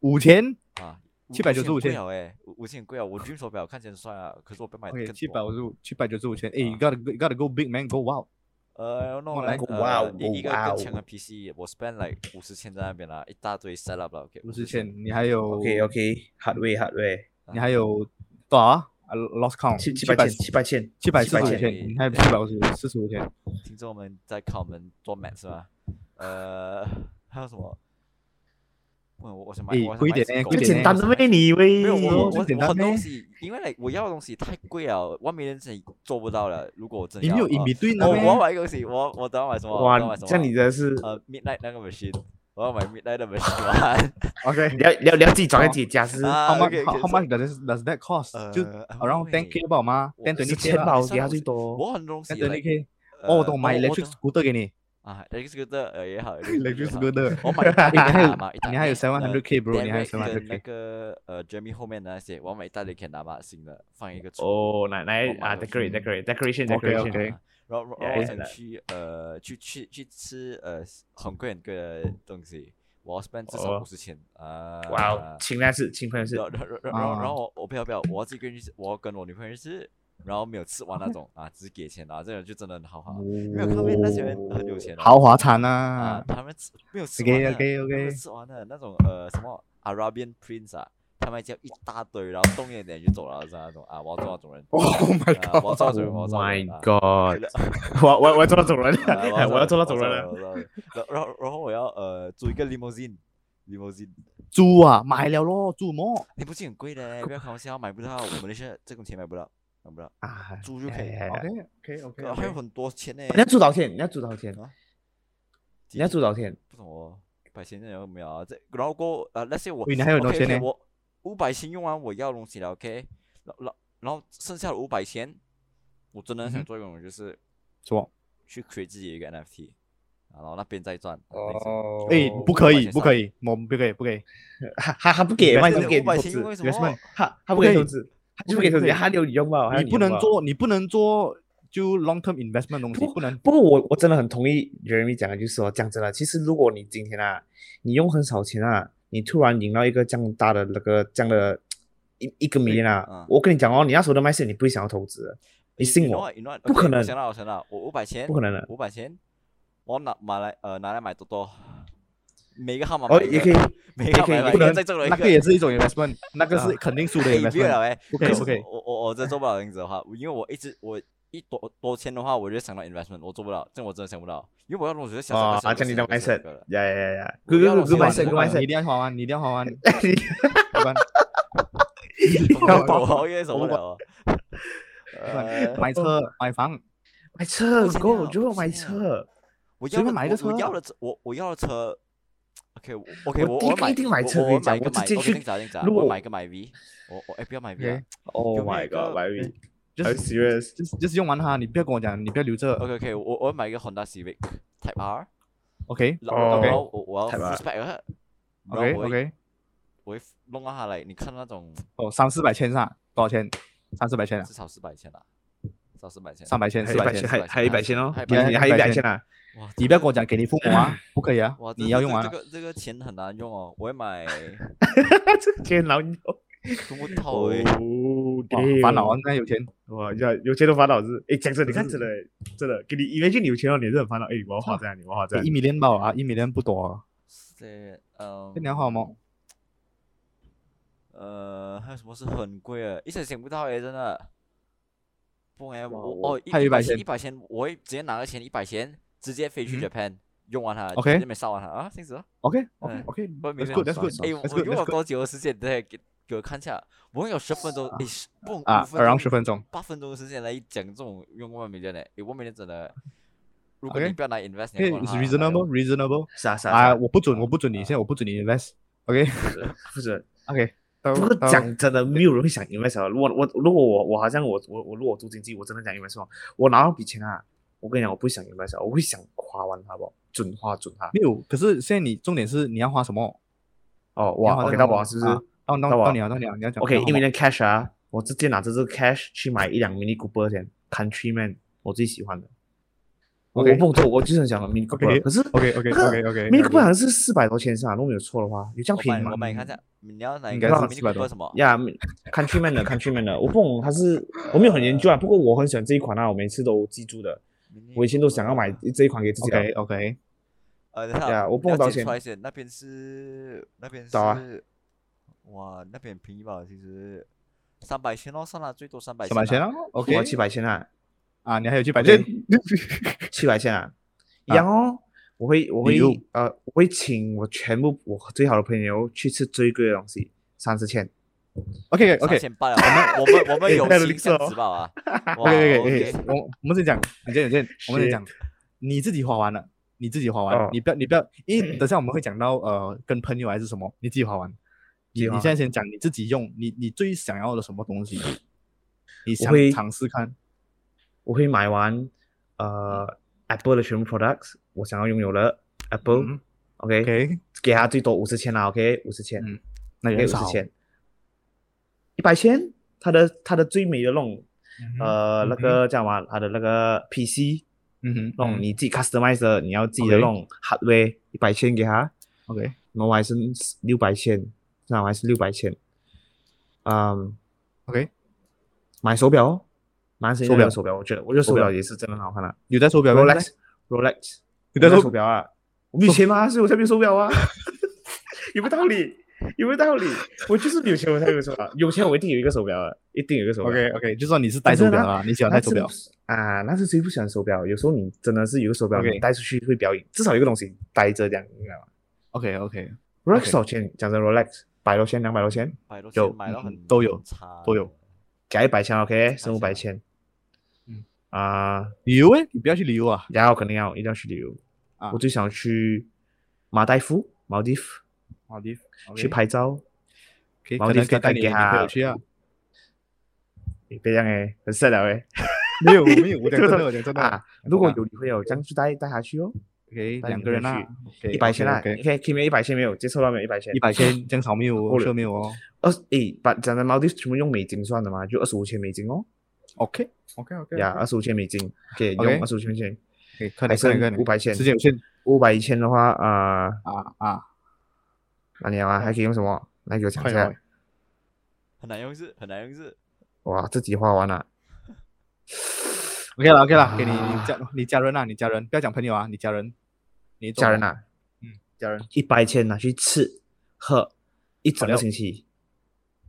S1: 五千
S3: 啊，
S1: 795
S3: 千
S1: 千
S3: 贵了哎，五五千贵啊！我 dream 手表看起来很帅啊，可是我被买
S1: OK，
S3: 更
S1: 七
S3: 多
S1: 百五十五，七百九十五千。哎，you
S3: 啊
S1: gotta go- you gotta go big man，go wow。
S3: 呃，那我
S1: 哇
S3: 来
S1: 来
S2: 个哇
S3: 呃
S2: 哦
S3: 一一个
S2: 哇
S3: 更
S2: 哦
S3: 强的 PC，我 spend like 五十千在那边啦，一大堆 set up 了，OK，
S1: 五十千，你还有
S2: OK OK，hard way hard way，
S1: 你还有多少啊？I lost count，
S2: 七七
S1: 百
S2: 百千七百千
S1: 七百
S2: 七
S1: 四
S2: 百
S1: 十五
S2: 千，
S1: 千，你还有七百五十四十五千。
S3: 听众们在看我们做 m a t 是吧？呃， 还有什么？问我我想买，
S1: 诶
S3: 我想
S1: 贵
S3: 买
S1: 点
S3: 一只
S1: 欸
S3: 狗
S1: 贵
S2: 这
S1: 点
S2: 简单的咩？你以
S3: 没
S2: 为？
S3: 有，我我
S1: 这
S3: 我
S1: 简
S3: 我
S1: 单
S3: 很多
S1: 咩
S3: 东西，因为 like 我要的东西太贵了，万美人也做不到了。如果我真的
S1: 你
S3: 要
S1: 没有
S3: 的
S1: in
S3: 话
S1: between 的
S3: 我啊哦我
S1: 咩
S3: 要买一个东西，我我等下买什么？我
S2: 哇
S3: 等下买，什么？
S2: 像你的是
S3: 呃 midnight 那个 machine，我要买 midnight 的 machine 玩。
S1: OK，
S2: 你要你要你要自己找在自己家是
S3: 啊
S1: How
S3: OK，
S1: much how
S3: OK，
S1: how much does this- does that cost？就
S3: 呃
S1: around ten k 吧嘛
S3: 我
S1: ，ten
S3: 是
S1: twenty
S2: 十
S1: k
S2: 千
S1: 啦
S2: 吧，
S3: 你
S2: 我给他
S3: 算
S2: 最
S3: 我
S2: 多。
S3: 我很多东西
S1: ，ten twenty
S3: like，
S1: k。哦，我
S3: 呃
S1: 懂，买
S3: 我
S1: electric
S3: 懂
S1: scooter 给你
S3: 啊，electric scooter 呃也 好
S1: ，electric
S3: 也好
S1: scooter。
S3: 我 买一大
S1: 哎你还有
S3: 打嘛，一大
S1: 你还有
S3: 呃
S1: 700K bro，你还有
S3: Derek 跟
S1: 700K
S3: 那个呃 Jeremy 后面的那些，我要买一大堆 k e n a m a 新的，放一个橱
S2: 哦，来来
S3: 我买
S2: 啊
S3: 了
S2: ，decorate decorate decoration
S1: OK，
S2: decoration。
S1: OK
S3: 啊然后然
S2: Yeah，
S3: 后我
S2: yeah，
S3: 想
S2: like-
S3: 去呃去去去吃呃很贵很贵的东西，我要 spend 至少
S2: 哦
S3: 五十千啊。
S2: 哇哦，请那次，请朋友是
S3: 然后然后然后然后然后我我不要不要，我要自己一个人去吃，我要跟我女朋友去吃，然后没有吃完那种啊，只是给钱啊，这种就真的很豪华。没有看面那些人很
S2: 哦
S3: 有钱的
S1: 豪华餐
S3: 啊
S1: 啊，
S3: 他们吃没有吃完的
S1: OK，OK，OK
S3: 他们吃完的那种呃什么 Arabian Prince 啊，他们叫一大堆，然后动一点就走了，是那种啊，我要做那种人。
S1: ！Oh
S3: 啊
S1: my
S3: 我要
S1: god！
S3: 做那种人，我要
S2: ，Oh
S3: 做那种
S2: my
S3: 人
S2: god，
S3: 啊
S2: 我我我要做那种人，
S3: 啊
S2: 哎我要做那种人
S3: 了
S2: 了。。
S3: 然后然后然后我要呃租一个 limousine，limousine，
S1: 猪啊，买了咯，猪么？
S3: 你不是很贵的，不要开玩笑，买不到，我们那些这种钱买不到，买不到，
S2: 啊，
S3: 租就可以。
S2: 哎哎哎哎
S1: OK OK
S3: 还有很多钱呢，
S2: 你要住到天，你要住到天，
S3: 啊
S2: 你要住到天。
S3: 不懂哦，一百千有没有啊？这然后过后呃那些我
S1: 喂你还有很多
S3: OK，OK，
S1: 钱呢
S3: 我五百千用完我要东西了，OK，然然然后剩下的五百千，我真的
S1: 嗯
S3: 很想
S1: 哼
S3: 做一种就是
S1: 什么？
S3: 去 create 自己一个 NFT，啊然后那边再赚。
S2: 哦
S1: 哎，不可以，不可
S3: 以。
S1: 以，我们不可以，不可以。
S2: 他他他不给，万一不给
S3: 五
S2: 你
S3: 百
S2: 投
S3: 千为
S2: 资，
S3: 什么？
S2: 他他
S1: 不
S2: 不
S1: 可
S2: 给
S1: 以
S2: 投资，他就不给投
S1: 不
S2: 资，
S1: 可以
S2: 他留你用吧，他留
S1: 你不
S2: 用
S1: 能
S2: 吧。
S1: 做，你不能做就 long term investment 东西，
S2: 不
S1: 不能。
S2: 不过我我真的很同意 Jeremy 讲的，就是说，讲真的，其实如果你今天啊，你用很少钱啊，你突然赢到一个这样大的那个这样的一一个 million
S3: 嗯
S2: 啊，我跟你讲哦，你那时候的卖是你不会想要投资的，你信我，
S3: 你乱，
S2: 不可能
S3: 我想到，我想到，我五百千，
S2: 不可能的。
S3: 五百千，我拿买来呃拿来买多多，每个号码
S2: 哦，
S3: 买一
S2: 也
S3: 个
S2: 可以，
S3: 每个号
S2: 也可以
S3: 码买一
S1: 不
S3: 个
S1: 能
S3: 再中了一
S1: 那
S3: 个
S1: 个也是一种 investment，那个
S2: 啊
S1: 是肯定输的
S3: 哎不要
S1: investment，
S3: 了哎，
S1: 不可以
S3: 可是
S1: 不可以。
S3: 我我我真做不了这样子的话，因为我一直我一多多钱的话，我就想到 investment，我做不了，这样我真的想不到，因为我要我觉得想
S2: 哦，
S3: 想
S2: 讲你的 mindset，呀呀呀呀
S3: 我
S2: ，good
S3: 要
S2: good
S3: 我
S2: good
S3: 希望
S2: mindset
S3: 我
S2: good
S1: 你
S2: mindset，
S1: 一定要花 完，你一定要花完。
S3: 我懂，我也受不了啊。呃
S1: 买车 买房，
S2: 买车
S3: 不行
S2: ，go
S3: 了
S2: 就
S3: 不
S2: 买
S3: 行
S2: 车，
S3: 我
S1: 随
S3: 要
S1: 便
S3: 的
S1: 买一
S3: 我
S1: 个
S3: 我
S1: 车
S3: 要的车，我我要的车。OK，我 OK，
S2: 啊我
S3: 我
S2: 第一
S3: 我
S2: 个
S3: 买
S2: 一定买车
S3: 我
S2: 跟你
S3: 我买
S2: 讲
S3: 一个
S2: 我直
S3: 买，
S2: 接
S3: 我
S2: 去
S3: 定咋定咋，
S2: 如
S3: 我
S2: 果
S3: 买一个买 V，我我哎不要买 V 啊
S1: OK，
S2: Oh
S3: 有没有
S2: my
S3: 一个
S2: god, Larry,
S1: 就
S2: are you
S1: 是
S2: serious？
S1: 就是就是用完它，你不要跟我讲，你不要留着。
S3: ，OK OK，我我买一个 Honda Civic Type R，
S1: 哦 OK
S3: 然后然
S2: OK
S3: 后我我要
S2: Type
S3: full
S2: R
S3: spec，啊然后
S1: OK
S3: 我会
S1: OK，
S3: 我会弄到它来，你看那种
S1: 哦，三四百千上多少钱？三四百千啊
S3: 至，少四百千啦，至少四百千，
S1: 三百千，
S2: 还
S1: 四
S2: 有一百
S1: 百
S2: 千，
S1: 千。
S2: 还还有一百千哦，
S3: 还有
S2: 你你还有一
S1: 一百
S2: 百
S1: 千
S2: 千啊？
S3: 哇，
S1: 你不要跟我讲给你父母啊，不可以啊
S3: 哇，，这
S1: 你要
S3: 这
S1: 用完
S3: 这
S1: 啊。
S3: 个这个钱很难用哦，我会买
S2: 这个钱老牛，，Oh
S3: 中国套诶，
S1: 哦哇，烦恼啊，那有钱。
S2: 哇，要有钱都烦恼是，哎，讲真，你看
S1: 可
S2: 真的真的，给你以为就你有钱了，你也是很烦恼，哎，我要花
S1: 啊
S2: 这样，你我要花
S1: 欸
S2: 这 样
S1: 一，米零吧啊，一米零不多啊，
S3: 是嗯，
S1: 这你要花吗？
S3: 呃，还有什么是很贵的？一时想不到诶，真的。不然
S2: 哇
S3: 我
S2: 我
S3: 哦，一
S1: 还有
S3: 百
S1: 100千
S3: 一百千，我会直接拿个钱一百千，直接飞去
S1: 嗯
S3: Japan，用完它
S1: OK
S3: 那边烧完它啊，这样子哦。
S1: OK
S3: 哎
S1: OK OK，
S3: 不然明
S1: That's
S3: 天
S1: good, that's
S3: 算
S1: good,
S3: 算
S1: that's
S3: 哎，我
S1: good,
S3: 用
S1: that's
S3: 了多久的时间？再给给我看一下，我们有十分钟，哎，十不
S1: 啊
S3: 五，分
S1: 然
S3: 钟
S1: 后十分钟。
S3: 八分钟的时间来讲这种用万美元嘞，诶，万美元真的，如果
S1: OK
S3: 你不要拿 invest，你
S1: 因
S3: 要
S1: 为
S3: 用
S1: is
S3: 它来
S1: reasonable
S3: 用
S1: reasonable
S2: 啥啊啥
S1: 啊，
S2: 啥，嗯
S1: 我不准我不准你，现在我不准你 invest。OK
S2: 不是。
S1: OK，
S2: 不过
S1: 嗯
S2: 讲真的，没有人会想 invest 啊。如果我如果我我好像我我我如果我做经济，我真的想 invest 啊我拿到笔钱啊，我跟你讲，我不会想 invest 啊我会想花完它不，准花准它。
S1: 没有，可是现在你重点是你要花什么？你
S2: 哦，
S1: 要
S2: 哇
S1: 花
S2: ，OK，
S1: 在
S2: 到
S1: 哪
S2: 我
S1: 里
S2: 是不是
S1: 啊到到
S2: 到我
S1: 到你了，到你了，你要讲。
S2: ？OK，
S1: 你要
S2: 因为
S1: 花
S2: 那 cash 啊，我直接拿着这个 cash 去买一辆 Mini Cooper 先，Countryman 我最喜欢的。我
S1: OK
S2: 不懂，我就是很想买 Mini Cooper，
S1: OK
S2: 可是
S1: OK OK OK OK，
S2: Mini Cooper 好像是四百多千是吧？如果没有错的话，有这样
S3: 我
S2: 便宜
S3: 买
S2: 吗？
S3: 我买看一下，你要哪一
S1: 应
S3: 个
S1: 该
S2: 是
S3: Mini
S1: 400多
S3: Cooper 什么？
S2: 呀、yeah,，Countryman 的 Countryman 的，我不懂它是我没有很研究啊，不过我很喜欢这一款啊，我每次都记住的，
S3: Mini
S2: 我以前都想要买
S3: Cooper
S2: 这一款给自己啊。
S1: OK OK，
S3: 呃，等一下
S2: 呀我
S3: 你
S2: 不懂
S3: 要
S2: 道
S3: 剪
S2: 歉
S3: 出来先，那边是那边
S2: 找啊
S3: 是，哇，那边很便宜吧？其实三百千咯，算了，最多三百
S1: 三百千啊
S2: 我
S1: ，OK
S2: 要七百千啊，
S1: 啊，你还有去百
S2: 我觉
S1: 千
S2: 得 七百千啊，一样哦。我会我
S1: 礼
S2: 会
S1: 物
S2: 呃，我会请我全部我最好的朋友去吃最贵的东西，三十千。
S1: ？OK OK
S3: 千八了。我们我们我们
S1: 哎
S3: 有
S1: 那
S3: 心
S1: 绿
S3: 相
S1: 色哎哦
S3: 知吧？ 啊
S1: OK
S3: 哇
S1: OK，我我们先讲，你先你先，我们先讲，你自己花完了，你自己花完，
S2: 哦
S1: 你不要你不要，因为等下我们会讲到呃跟朋友还是什么，你自己花完，你
S2: 自己
S1: 你
S2: 花
S1: 现在先讲你自己用，你你最想要的什么东西，你想
S2: 会
S1: 尝试看
S2: 我会买完
S1: 嗯
S2: 呃 Apple 的全部 products，我想要拥有了 Apple、
S1: 嗯
S2: OK，,
S1: ，OK，
S2: 给他最多五十千啦，OK，五十千，
S1: 嗯那也
S2: 给
S1: 很
S2: 五十
S1: 少，
S2: 千，一百千，他的他的最美的那种
S1: 嗯哼
S2: 呃那个叫什么，他的那个 PC
S1: 嗯哼，
S2: 那种
S1: 嗯
S2: 你自己 customize 的，你要自己的
S1: OK
S2: 那种 hardware，一百千给他，
S1: OK
S2: 然后我还是六百千，那我还是六百千，嗯，
S1: OK，
S2: 买手表哦，蛮神奇
S1: 手表
S2: 的手表，我觉得我觉得
S1: 手
S2: 手表
S1: 表
S2: 也是真的很好看的、
S1: 有在手表吗
S2: Rolex Rolex，
S1: 你在
S2: 我没有
S1: 手
S2: 手表啊？我没有钱吗？所以我才没有手表 啊？有没有道理？有没有道理？我就是没有钱，我才有手表。有钱我一定有一个手表啊，一定有一个手表。
S1: OK OK，就算你是戴手表啦，你喜欢戴
S2: 那
S1: 手表，
S2: 啊？那是谁不喜欢手表？有时候你真的是有个手表
S1: OK
S2: 你带出去会表演，至少有一个东西待着这样，你知道吗
S1: OK OK OK
S2: ？Rolex 少钱？讲真，Rolex 百多千、两百多千，
S3: 百多
S2: 有
S3: 千买到
S1: 嗯
S3: 很
S1: 都有
S3: 差
S1: 都有。
S2: 加一百千 OK，剩五
S3: 百
S2: 百
S3: 千
S2: 千。
S1: 嗯
S2: 啊，
S1: 旅游诶，你不要去旅游啊，
S2: 然后肯定要一定要去旅游
S1: 啊
S2: 我最想去马代夫、毛地夫
S1: 好的，
S2: 去拍照。
S1: 可以
S2: 毛
S1: 可
S2: 利
S1: 能
S2: 斯
S1: 可以带
S2: 可
S1: 你
S2: 以给
S1: 女
S2: 他
S1: 朋友去啊，
S2: 你别这样哎，很帅了哎。
S1: 没有没有，我讲真的我讲真的
S2: 啊，如果有女朋友，这样就带带她去哦，
S1: OK，
S2: 带
S1: 两
S2: 女
S1: 个人
S2: 朋友
S1: 啊
S2: 去，一百千啊，你看 K 没一百千没有？接受到没有？一百千
S1: 一，百千正常没有
S2: 够
S1: 哦，
S2: 了
S1: 这没有哦。
S2: 二十诶，把讲的毛地全部用美金算的嘛，就二十五千美金哦，
S1: OK OK OK
S2: 呀，二十五千美金，给
S1: 啊 OK
S2: 用二十五千美金，
S1: OK，快
S2: 还
S1: 点快点快
S2: 剩
S1: 点，
S2: 五百千，
S1: 时间有限
S2: 五百一千的话，啊，
S1: 啊啊，
S2: 那你啊还可以用什么？来给我讲一
S1: 快
S2: 下
S1: 点，
S3: 很难用是，很难用是。
S2: 哇，自己花完了，
S1: OK 了 OK 了，给你
S2: 啊
S1: 你家你家人啊，你家人不要讲朋友啊，你家人，你懂
S2: 家人
S1: 吗，
S2: 啊，
S1: 家人，
S2: 一百千拿去吃喝一整个
S1: 好料
S2: 星期，
S1: 一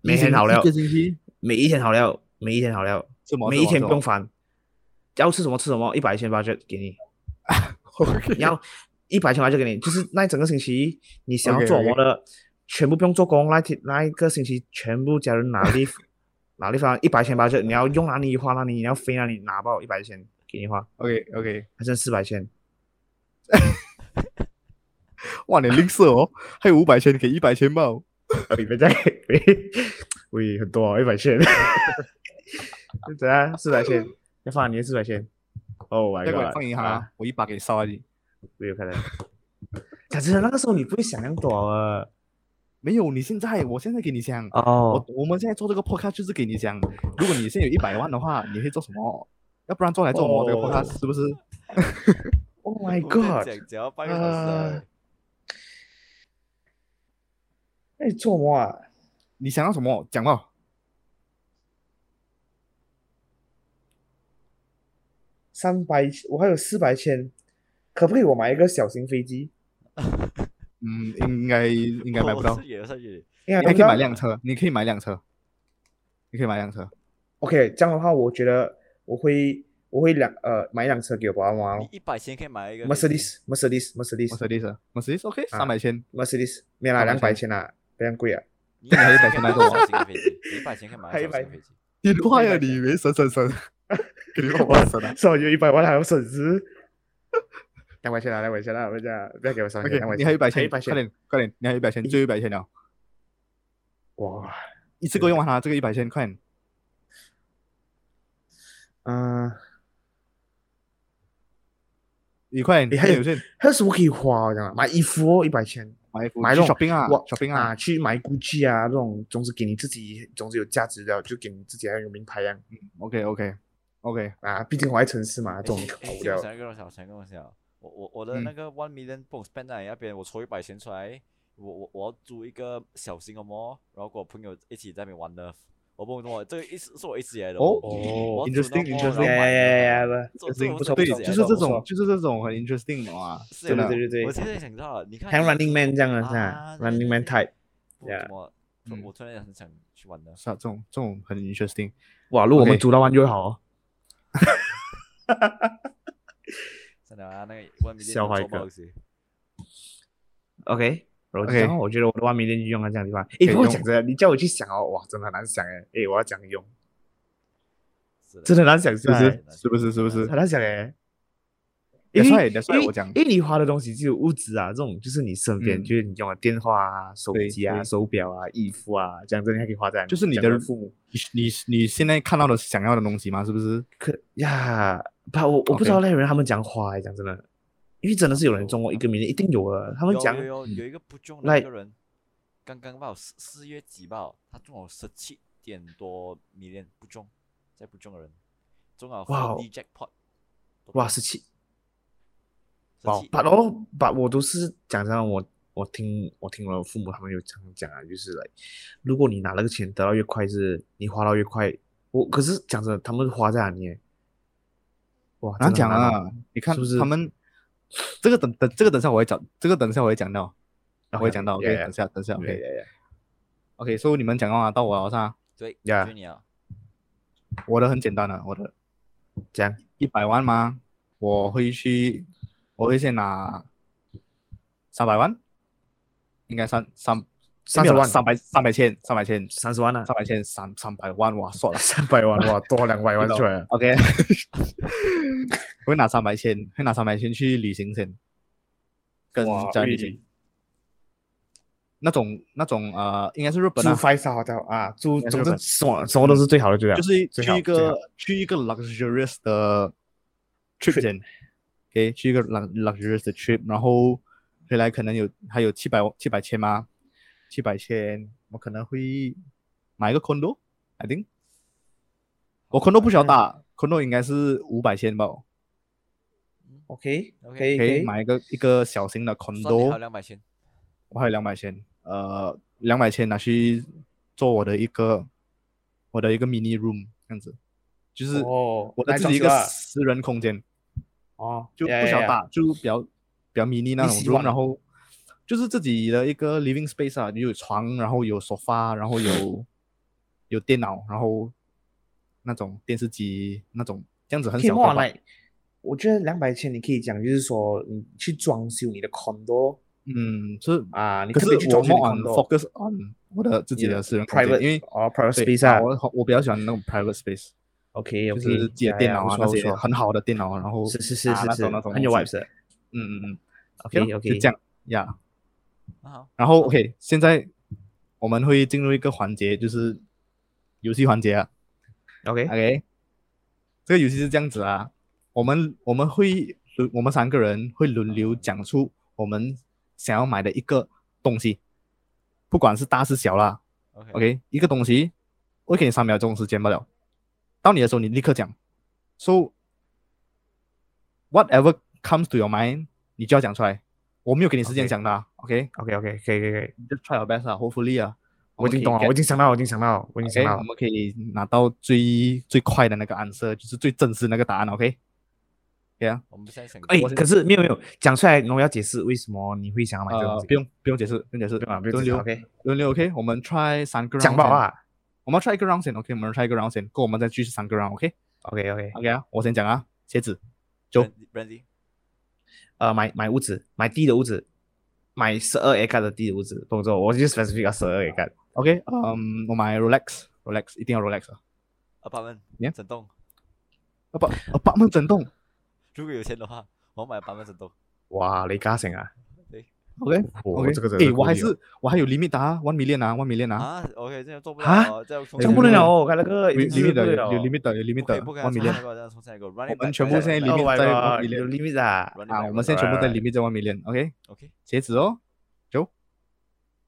S2: 每天好料
S1: 一，个星期，
S2: 每一天好料，每一天好料。
S1: 什么
S2: 每一天不用烦，要吃什么吃什么，一百千八就给 你，
S1: OK
S2: 要一百千八就给你，就是那一整个星期你想要
S1: OK，OK
S2: 做什么的全部不用做工，那天那一个星期全部家人拿地拿地方一百千八就你要用哪里花哪里，你要飞哪里拿爆一百千给你花，
S1: OK OK，
S2: 还剩四百千，
S1: 哇，你吝啬哦，还有五百千给一百千吧哦。
S2: 你别再喂喂很多一百千， 怎样四百千要放你的四百千，Oh my
S1: 再给
S2: god，
S1: 你放银行
S2: 啊
S1: 啊，我一把给你烧下去。
S2: 没有可能， 讲真的那个时候你不会想那么多啊。
S1: 没有，你现在，我现在给你讲，
S2: 哦
S1: 我，我们现在做这个 podcast 就是给你讲，如果你现在有一百万的话，你会做什么？要不然做来做什么？这个
S2: 哦
S1: podcast 是不是？
S2: Oh my
S3: 我跟你
S2: god！
S3: 讲只要半个小时而已
S2: 啊那你做么啊？
S1: 你想要什么？讲吧。
S2: 三百，我还有四百千，可不可以我买一个小型飞机？
S1: 嗯，应该应该买不到
S3: 我。是也算也
S2: 应
S1: 你还
S2: 该买
S1: 可以
S2: 不到
S1: 买辆车，你可以买辆车，你可以买辆车。
S2: OK，这样的话，我觉得我会我会两呃买一辆车给我爸爸妈妈哦
S3: 你
S2: 咯。
S3: 一百千可以买一个飞机
S2: Mercedes Mercedes Mercedes
S1: 我 e 的 e 我 e 的 OK，
S2: 啊
S1: 三百千。
S2: Mercedes，没有啦，两
S1: 300
S2: 百千啦，非常贵啊。
S3: 你还
S1: 100千买多
S3: 小型的飞机，你一百千可以买
S2: 还
S3: 一个
S2: 100
S3: 小型的飞机。
S1: 你坏
S2: 100
S1: 了，
S2: 千
S1: 你以为省省省？给你爸省 啊。
S2: 少有一百万还有损失。两百千啦，两百千啦，不要这样，不要给我少钱，两百
S1: OK，
S2: 千，
S1: 你还有一百
S2: 还
S1: 千，
S2: 有一百
S1: 快
S2: 千，
S1: 点快点，你还有一百千，最后一百千了，
S2: 哇，
S1: 一次够用完它，这个一百千，快点。
S2: 嗯，
S1: 你快点，
S2: 你
S1: 还
S2: 还
S1: 有
S2: 有
S1: 限，
S2: 还有什么可以花？我讲买衣服哦，一百千。
S1: 买
S2: 买
S1: 去
S2: 那种
S1: shopping 啊
S2: 我
S1: ，shopping
S2: 啊，
S1: 啊，
S2: 去买 GUCCI 啊，这种总是给你自己，总是有价值的，就给你自己还有名牌一样。
S1: OK OK， OK，
S2: 啊，毕竟我在城市嘛，这种
S3: 诶
S2: 跑
S3: 诶
S2: 不
S3: 哎这个
S2: 掉
S3: 我。想一个东西，我想一个东西啊，我我我的
S1: 嗯
S3: 那个 one million b o n spend 在那边，我抽一百钱出来，我我我要租一个小型的 mall，然后跟我朋友一起在那边玩的。我不懂，这个一直是我一直以来的。
S2: 哦
S3: 我要租那
S1: interesting，
S3: 个 mall，然后
S1: interesting
S2: 呀
S3: 买
S2: 呀呀！
S3: 的
S2: 呀
S3: 这
S2: 不行
S3: 这
S2: 不错
S1: 对，
S2: 不错，
S1: 就是
S3: 这
S1: 这
S2: 不错
S1: 种，就是这种很 interesting 的啊，
S3: 是
S2: 对
S1: 真
S2: 对
S1: 的。
S2: 对对
S3: 我
S2: 对，
S3: 现在想到了，你看
S2: 像
S3: 你
S2: Running Man 这样的是吧
S3: 啊对对
S2: ？Running Man
S3: 对
S2: type，啊
S3: 我怎
S2: Yeah
S3: 么
S1: 嗯
S3: 我突然很想去玩的。
S1: 是啊，这种这种很 interesting。
S2: 哇，如果我们
S1: OK
S2: 租到万就会好 哦。
S3: 真的啊，那个 one million
S2: 小
S3: 能
S2: 怀
S3: 做爆
S2: 哥
S3: 东西
S2: OK，然后就
S1: OK
S2: 这样哦我觉得我的万迷链就用啊在这样的地方。诶，
S1: 可以
S2: 不过
S1: 用
S2: 讲真的，你叫我去想哦，哇，真的很难想诶。诶，我要讲用，
S3: 是的
S2: 真的很难想，是不
S1: 是
S2: 是？
S1: 不是是不是是不是
S2: 很难想欸诶。
S1: 也
S2: 因
S1: 算
S2: 为
S1: 也
S2: 因
S1: 算
S2: 为
S1: 我讲
S2: 因为你花的东西只有物质啊，这种就是你身边，
S1: 嗯
S2: 就是你用的电话啊、手
S1: 对
S2: 机啊、
S1: 对
S2: 手表啊、衣服啊，讲真，你还可以花在
S1: 就是你的
S2: 讲真父母。
S1: 你你你现在看到的想要的东西吗？是不是？
S2: 可呀，不，我我不
S1: OK
S2: 知道那些人他们讲花欸诶，讲真的，因为真的是有人中过一个名，一定有的。他们
S3: 有
S2: 讲嗯
S3: 有有有一个不中的
S2: 来
S3: 一个人，刚刚报四四月几报，他中了十七点多迷恋不中，再不中的人，中了
S2: 哇哦
S3: 4D jackpot，
S2: 哇，十七哇
S3: 十七，
S2: 把哦，把我都是讲真的，我我听我听我父母他们有这样讲啊，就是来，如果你拿那个钱得到越快是，你花到越快。我可是讲真的，他们花在哪里？哇，
S1: 难
S2: 真
S1: 讲
S2: 的很
S1: 啊
S2: 哦！
S1: 你看
S2: 是不是
S1: 他们这个等等这个等下我会讲，这个等下我会讲到，我
S2: OK，
S1: 会讲到。OK，
S2: yeah，yeah
S1: 等下等下。
S2: 对
S1: OK
S2: 对对
S1: OK，所以你们讲到啊，到我了是吧？
S3: 对，
S2: 呀
S3: 就你啊，
S1: 我的很简单的，我的
S2: 这样
S1: 一百万吗？我会去，我会先拿三百万，应该三三
S2: 三十万
S1: 三百三百千三百千
S2: 三十万啊，
S1: 三百千三三百万哇，算了
S2: 三百万哇，多两百万出 来了
S1: ，OK，我会拿三百千，会拿三百千去旅行先，跟
S2: 哇
S1: 家人
S2: 旅
S1: 一起
S2: 行。
S1: 那种那种呃，应该是日本
S2: 住
S1: 啊，
S2: five star hotel 啊，住
S1: 那
S2: 总
S1: 日
S2: 之
S1: 本
S2: 什么什么都是最好的，对吧？
S1: 就是
S2: 最
S1: 去
S2: 好
S1: 一
S2: 最
S1: 个
S2: 好
S1: 去一个 luxurious 的 trip 先，OK，去一个 lux luxurious 的 trip，然后回来可能有还有七百七百千吗？七百千，我可能会买一个 condo，I think，我 condo 不需要大，condo 应该是五百千吧
S2: OK
S3: OK
S2: 可以可
S1: ，OK，
S2: 以
S1: 买一个一个小型的
S3: 算你
S1: condo，
S3: 还有两百千，
S1: 我还有两百千，呃，两百千拿去做我的一个我的一个 mini room 这样子，就是
S2: 哦
S1: 我的
S2: 来
S1: 自
S2: 装
S1: 己一个
S2: 修啊
S1: 私人空间，
S2: 哦，
S1: 就
S2: 呀
S1: 不
S2: 呀
S1: 小
S2: 呀
S1: 大，就比较比较 mini 那种
S2: 希
S1: room，
S2: 望
S1: 然后就是自己的一个 living space 啊，你有床，然后有 sofa，然后 有有电脑，然后那种电视机那种这样子很
S2: 可以
S1: 小
S2: 莫
S1: 个
S2: 来，
S1: 吧，
S2: 我觉得两百千你可以讲，就是说你去装修你的 condo
S1: 嗯，是
S2: 啊，你
S1: 可
S2: 特别去
S1: 是我
S2: 装修你
S1: more on
S2: condo，
S1: focus on 我的自己
S2: 你的
S1: 的私人空间，
S2: private
S1: 因为
S2: 哦 private
S1: 对
S2: space 啊
S1: 我好我比较喜欢那种 private space，
S2: ，OK
S1: 就
S2: OK，
S1: 是自己的电脑啊那些很好的电脑，然后
S2: 是是是
S1: 啊
S2: 是
S1: 那
S2: 是
S1: 种那，种
S2: 很有
S1: 东
S2: vibes
S1: 西，
S2: 的
S1: 嗯嗯嗯
S2: ，OK
S1: 咯
S2: OK，
S1: 就这样呀。
S3: 那啊好，
S1: 然后
S2: 哦
S1: OK，现在我们会进入一个环节，就是游戏环节啊。
S2: OK
S1: OK，这个游戏是这样子啊，我们我们会轮我们三个人会轮流讲出我们想要买的一个东西，不管是大是小啦。
S3: OK
S1: OK，一个东西，我给你三秒钟时间罢了，到你的时候你立刻讲。So whatever comes to your mind，你就要讲出来。我没有给你时间
S2: OK
S1: 讲的啊、o k
S2: OK OK 可以可以可以，
S1: 你就 try your best 啊，hopefully 啊，
S2: 我已经懂了，我已经想到，我已经想到，我已经想
S1: OK，
S2: 到
S1: 我们可以拿到最最快的那个 answer，就是最正式那个答案，OK？对啊，
S3: 我们现在想，
S2: 哎
S1: 我，是
S2: 可是没有没有讲出来，我要解释为什么你会想要买这个
S1: 呃
S2: 东，西，
S1: 不用不用解释，不用解释
S2: 不用啊，不
S1: 轮
S2: 用解释
S1: 流
S2: ，OK，
S1: 轮流 OK，我们 try 三个 round，
S2: 讲吧
S1: 先，
S2: 啊
S1: 我们要 try 一个 round 先，OK？我们 try 一个 round 先，够我们再继续三个 round，OK？OK、
S2: ，OK OK，
S1: 啊，我先讲啊，鞋子，就
S3: Brandy，
S2: 呃，买买屋子，买地的屋子，买十二 A 干的地的屋子，动作我就 specific 要十二 A 干。
S1: ，OK？嗯，我买 Rolex，Rolex 一定要 Rolex 啊，
S3: 二八万
S1: 你看，
S3: 整栋，
S1: 啊不啊八门整栋
S3: 如果有钱的话，我买八万整栋，
S2: 哇，你家成啊！
S1: ，OK？
S2: 我
S1: OK，
S2: 这个真的
S1: 诶，
S2: 够
S1: 我还
S2: 力哦
S1: 是我还有 limit 啊，one million 啊，one million 啊，
S3: 啊，OK，这样做不
S2: 啊
S3: 了哦，这样重
S2: 这
S3: 新
S2: 样不能
S3: 来
S2: 了
S3: 过，
S2: 哦，我看那个
S1: 有
S2: 已经
S1: limit
S2: 是
S1: 的，有
S2: 对了哦
S1: 有 limit 的，有 limit
S3: 不可以
S1: 的
S3: 不可以，
S1: ，one
S3: 重
S1: million
S3: 新来。过，这样重新来过
S1: 我
S3: ，Running
S1: 们
S3: back，
S1: 全部
S3: running
S1: 现在
S3: back，
S1: limit
S3: running
S2: 哦，
S1: 在
S2: 我
S1: one million
S2: 有 limit 啊
S3: back，running
S1: 啊，
S3: back，
S1: 我们现在全部在
S2: Alright
S1: limit 在 one million。OK，
S3: OK，
S1: 鞋子哦，就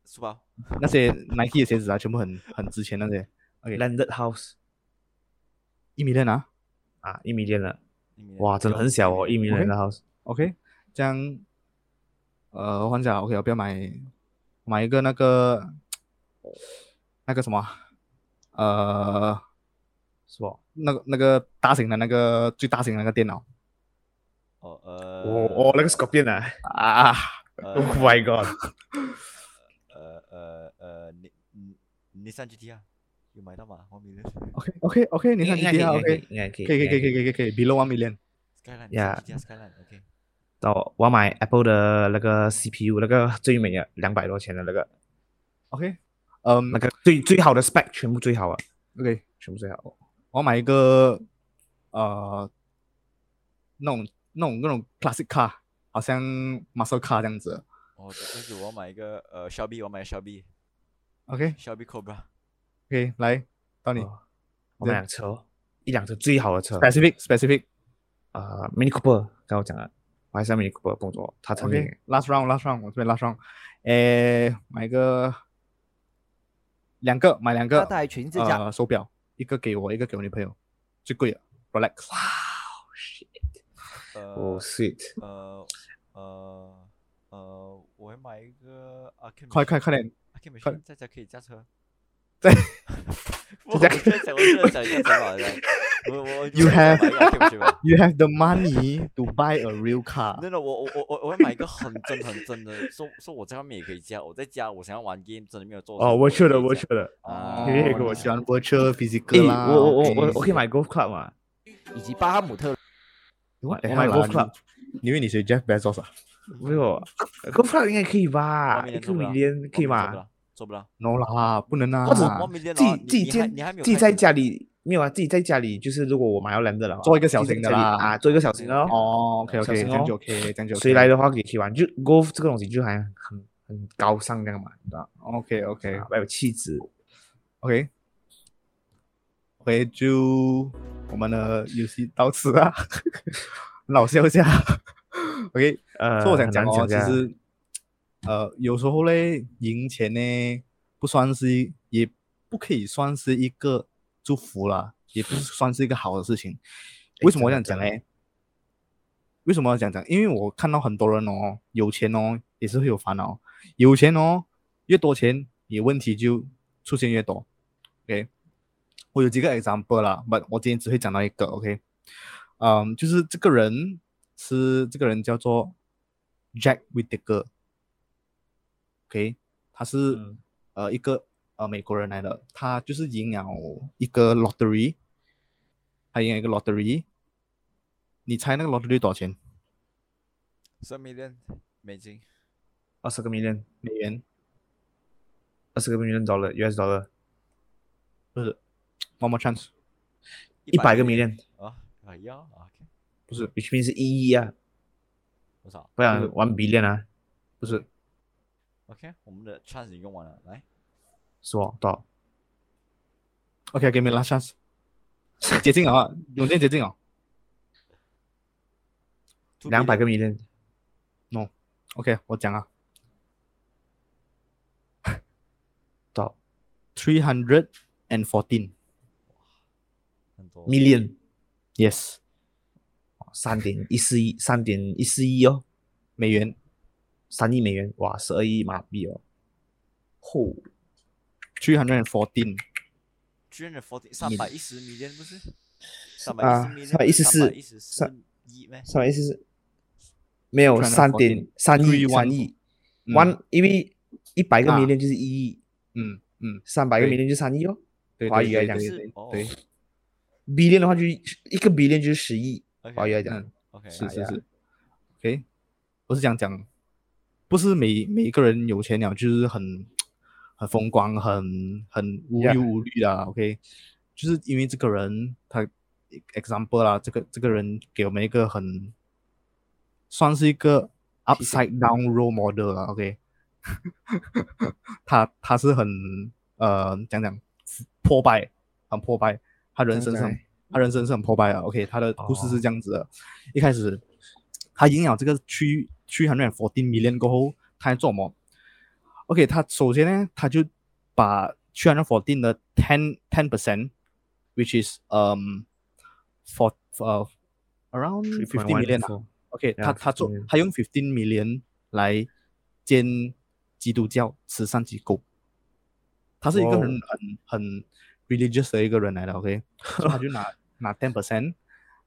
S3: 书包
S1: 那些 Nike 的鞋子啊，全部很很值钱那些。OK，
S2: landed house
S1: 一 million 啊，
S2: 啊，一米点了，
S3: 一米
S2: 哇，真的很小哦，一米点的 house。
S1: OK，这样，呃，我想想，OK，我不要买买一个那个那个什么啊，呃，
S2: 是吧？
S1: 那个那个大型的那个最大型的那个电脑
S3: 哦呃，
S2: 哦哦，那个 Scorpion 啊
S1: 啊，
S2: ，Oh
S3: 呃
S2: my god！
S3: 呃呃呃，你你你上 GT 啊？有买到吗？我没有。
S1: OK OK OK，你看你
S2: 应该
S1: 第二
S2: 可以
S1: OK，
S2: 应该可以，
S1: 可以可以可以可以
S2: 以。
S1: 可以可以，below one million。
S3: Skyline
S2: Yeah
S3: GT Skyline OK。
S2: 到我要买 Apple 的那个 CPU，那个最美的两百多钱的那个，
S1: OK，嗯
S2: 那个最最好的 spec 全部最好啊，
S1: ，OK，
S2: 全部最好。
S1: 我买一个呃那种那种那种 classic car，好像 muscle car 这样子。
S3: 哦，这是我要买一个呃小 B，我买小 B，
S1: OK
S3: 小 B Cobra。
S1: OK，来到你
S2: 哦我买辆车哦，一辆车最好的车
S1: ，specific specific。
S2: 啊，Mini Cooper，刚我讲了，我还是要 Mini Cooper 工作，它成名
S1: OK，last round，last round，我这边 last round，诶，买个两个，买两
S4: 要
S1: 个，
S4: 带裙子讲，
S1: 呃，手表，一个给我，一个给我女朋友，最贵的，Rolex。
S3: 呃
S2: 哦，sweet，
S3: 呃呃呃，我会买一个 a r c a
S1: 快快快点，
S3: a r c a
S1: 快
S3: machine 在家可以 驾车。
S1: 在
S3: 我
S1: 在
S3: 在讲，我在讲驾车嘛，我 我
S1: You
S3: have
S1: You have the money to buy a real car。
S3: 那个我我我我我会买一个很真很真的，说说我在外面也可以驾，我在家我想要玩 game 真的没有做什么。
S2: 哦，我去
S3: 可以
S2: 了，我
S3: 驾
S2: 去了。
S3: 啊，
S2: 可以给
S1: 哦你
S2: 我讲
S1: 喜欢 virtual
S2: 诶，
S1: physical 啊啦。
S2: 哎我我我
S1: OK
S2: 我我可以买 Golf Club 嘛？
S4: 以及巴哈姆特
S2: 我
S1: 等一
S2: 买
S1: 下
S2: Golf
S1: 啦
S2: Club，
S1: 你你以为你是 Jeff Bezos 啊
S2: 没有 Golf Club 应该可以吧？
S3: 我明
S2: 一
S3: 年
S2: 个五年
S3: 做不了
S2: 可以
S3: 吗？
S2: 吗？
S3: 做不了做不了，
S1: ？No 啦，不能啊。
S2: 或者
S3: 我明年
S2: 自己
S3: 啊啊你
S2: 自己
S3: 你还
S2: 建
S3: 你还没有
S2: 自己
S3: 开
S2: 在
S3: 始
S2: 家里没有啊？自己在家里就是如果我买要蓝的了啊，
S1: 做一个小
S2: 自己
S1: 型
S2: 在
S1: 的
S2: 家里
S1: 啦
S2: 啊，做一个小型的哦。
S1: 哦，OK
S2: 小
S1: OK，
S2: 心
S1: 这
S2: 哦
S1: 样就 OK，这样就 OK
S2: 谁来的话也可以玩，就 Golf 这个东西就还很很高尚这样嘛，你知道吗？
S1: ？OK OK
S2: 啊还有气质。
S1: OK OK，就我们的游戏到此啊， 老笑一下。OK，
S2: 呃，
S1: 所以我想
S2: 很
S1: 讲
S2: 难
S1: 哦，其
S2: 这样
S1: 实呃，有时候嘞，赢钱呢，不算是，也不可以算是一个祝福啦，也 不是算是一个好的事情。为什么我这样讲
S2: 真的真
S1: 嘞？为什么要这样讲？因为我看到很多人哦，有钱哦，也是会有烦恼。有钱哦，越多钱，你问题就出现越多。OK，我有几个 example 啦，不，我今天只会讲到一个。OK，嗯，就是这个人是这个人叫做 Jack Whittaker。OK，他是、
S2: 嗯
S1: 呃一个呃美国人来的，他就是赢了一个 lottery，他赢了一个 lottery。你猜那个 lottery 多少钱？
S3: 三 million 美金，
S2: 二十个 million，
S1: 美元？
S2: 二十个 million dollar，US dollar，
S1: 不是，one more chance，
S2: 一百个
S3: million
S2: million，
S3: 啊，哎呀，OK，
S1: 不是，
S2: which means 是一亿啊，
S3: 多少
S2: 不然
S1: 嗯
S2: one billion 啊，
S1: 不是，
S3: ？OK，我们的 chance 已经用完了，来，
S2: 是吧？多少？
S1: OK，give、me last chance，接近了啊，永健接近了。
S3: 2
S2: 两百
S3: million
S2: 个 million，
S1: OK，我讲啊
S2: 多少
S1: ，three hundred and fourteen，yes，
S3: 很多
S2: million？三哦点一四亿，三点一四亿哦，
S1: 美元。
S2: 三亿美元，哇，十二亿马币哦，吼，
S1: three hundred and fourteen，
S3: 居然 forty 三百一十 million 不是？三百
S2: 啊
S3: 一十 million，
S2: 314
S3: 一十四
S2: 三
S3: 亿咩？
S2: 什么意思是？没有三点三亿，
S1: 314
S2: 三亿
S1: 嗯
S2: ，one，因为一百个
S1: 啊
S2: million 就是一亿，
S1: 嗯嗯，
S2: 三百个
S1: 对
S2: million 就三亿哦
S1: 对
S2: 华语来
S1: 对
S2: 讲
S1: 对
S3: 是
S1: 对
S3: 哦
S1: 对，
S2: ，billion 的话就是一个 billion 就是十亿，华语来
S3: OK
S2: 讲。
S1: 嗯
S3: OK，哎
S1: 是
S2: 呀
S1: 是是，OK，我是想讲，不是每每一个人有钱了就是很很风光，很很无
S2: Yeah
S1: 忧无虑的啊，OK，就是因为这个人他 example 啦，这个这个人给我们一个很算是一个 upside down role model 啦，OK，他他是很呃讲讲破败，很破败，他人生是很
S2: 明
S1: 他人生是很破败的。OK，他的故事是这样子的：一开始他赢了这个区区 hundred fourteen million 过后，他还做什么？OK，他首先呢，他就把区 hundred fourteen 的 ten ten percent，which is 嗯 four 呃 around fifty
S2: one
S1: million 啊
S2: four
S1: OK，
S2: Yeah，
S1: 他他做
S2: 15
S1: 他用 fifteen million 来建基督教慈善机构，他是一个
S2: 哇哦
S1: 很很很 religious 的一个人来的，OK，所以他就拿拿 ten percent，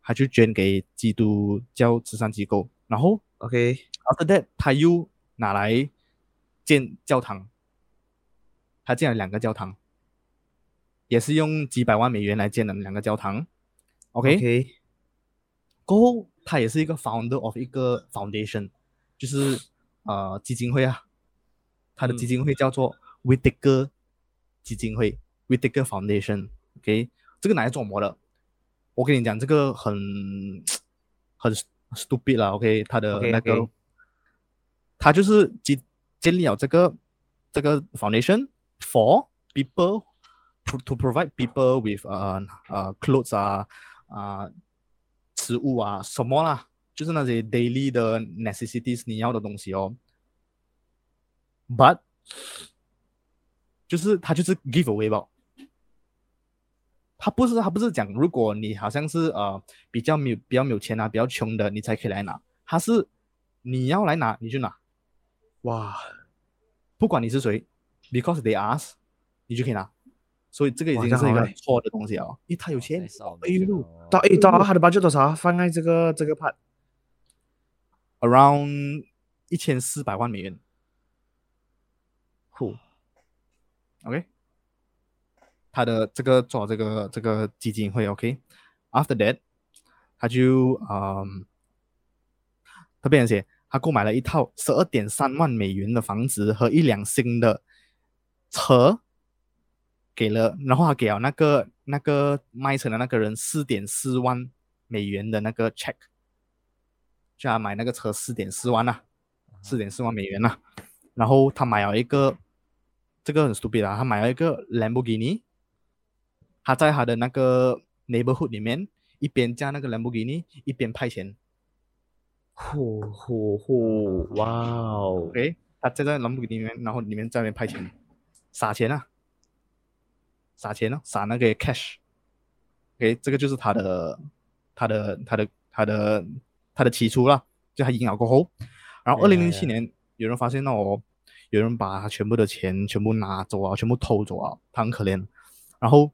S1: 他去捐给基督教慈善机构，然后
S2: OK，
S1: after that 他又拿来建教堂，他建了两个教堂，也是用几百万美元来建的两个教堂，OK，
S2: OK，
S1: 过后，他也是一个 founder of 一个 foundation，就是呃基金会啊，他的基金会叫做 Whitaker 基金会 Whitaker Foundation。OK，这个哪一种魔的？我跟你讲，这个很很 stupid 啦。OK，他的
S2: OK，
S1: 那个
S2: OK
S1: 他就是建建立了这个这个 foundation for people to to provide people with 呃呃 clothes 啊啊、食物啊什么啦，就是那些 daily 的 necessities 你要的东西哦。But 就是他就是 give away 吧，他不是他不是讲如果你好像是呃比较没有比较没有钱啊比较穷的你才可以来拿，他是你要来拿你就拿，
S2: 哇，
S1: 不管你是谁，because they ask 你就可以拿，所以这个已
S2: 哇
S1: 经
S2: 这样
S1: 是一
S2: 好
S1: 个
S2: 嘞
S1: 很错的东西哦，因为他有钱，
S3: 一
S1: 哎呦
S2: 到诶，到他的 budget 多少啊？放在这个这个 part，
S1: around 一千四百万美元。酷，OK，他的这个做这个这个基金会，OK，After、that，他就嗯，他变成写他购买了一套十二点三万美元的房子和一辆新的车，给了，然后他给了那个那个卖车的那个人四点四万美元的那个 check。就他买那个车四点四万呐、四点四万美元呐、然后他买了一个，这个很 stupid 啊，他买了一个兰博基尼，他在他的那个 neighborhood 里面一边驾那个兰博基尼一边派钱
S2: 呼呼呼，哇哦
S1: ，OK，他在在兰博基尼里面，然后里面在那边派钱，撒钱啊，撒钱啊，撒那个 cash，OK，、这个就是他的他的他的他的他的起初啦，就他赢了过后，然后二
S2: Yeah,
S1: 零零七年有人发现到我，有人把他全部的钱全部拿走啊，全部偷走啊，他很可怜。然后，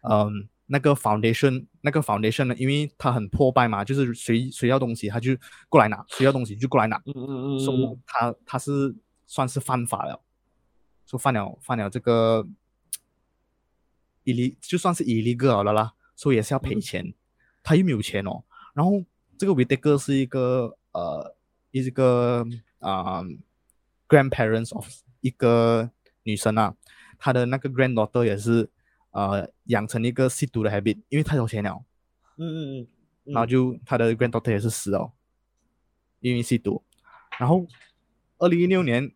S1: 嗯，那个 foundation 那个 foundation 呢，因为他很破败嘛，就是谁谁要东西他就过来拿，谁要东西就过来拿，
S2: 嗯嗯
S1: 所以他他是算是犯法了，说犯了犯了这个，一离就算是一离个了啦，所以也是要赔钱，他又没有钱哦。然后这个维德哥是一个呃，一个啊、grandparents of 一个女生啊，她的那个 granddaughter 也是呃养成一个吸毒的 habit，因为太有钱了。
S2: 嗯嗯嗯
S1: 然后就他的 granddaughter 也是死了，因为吸毒。然后，二零一六年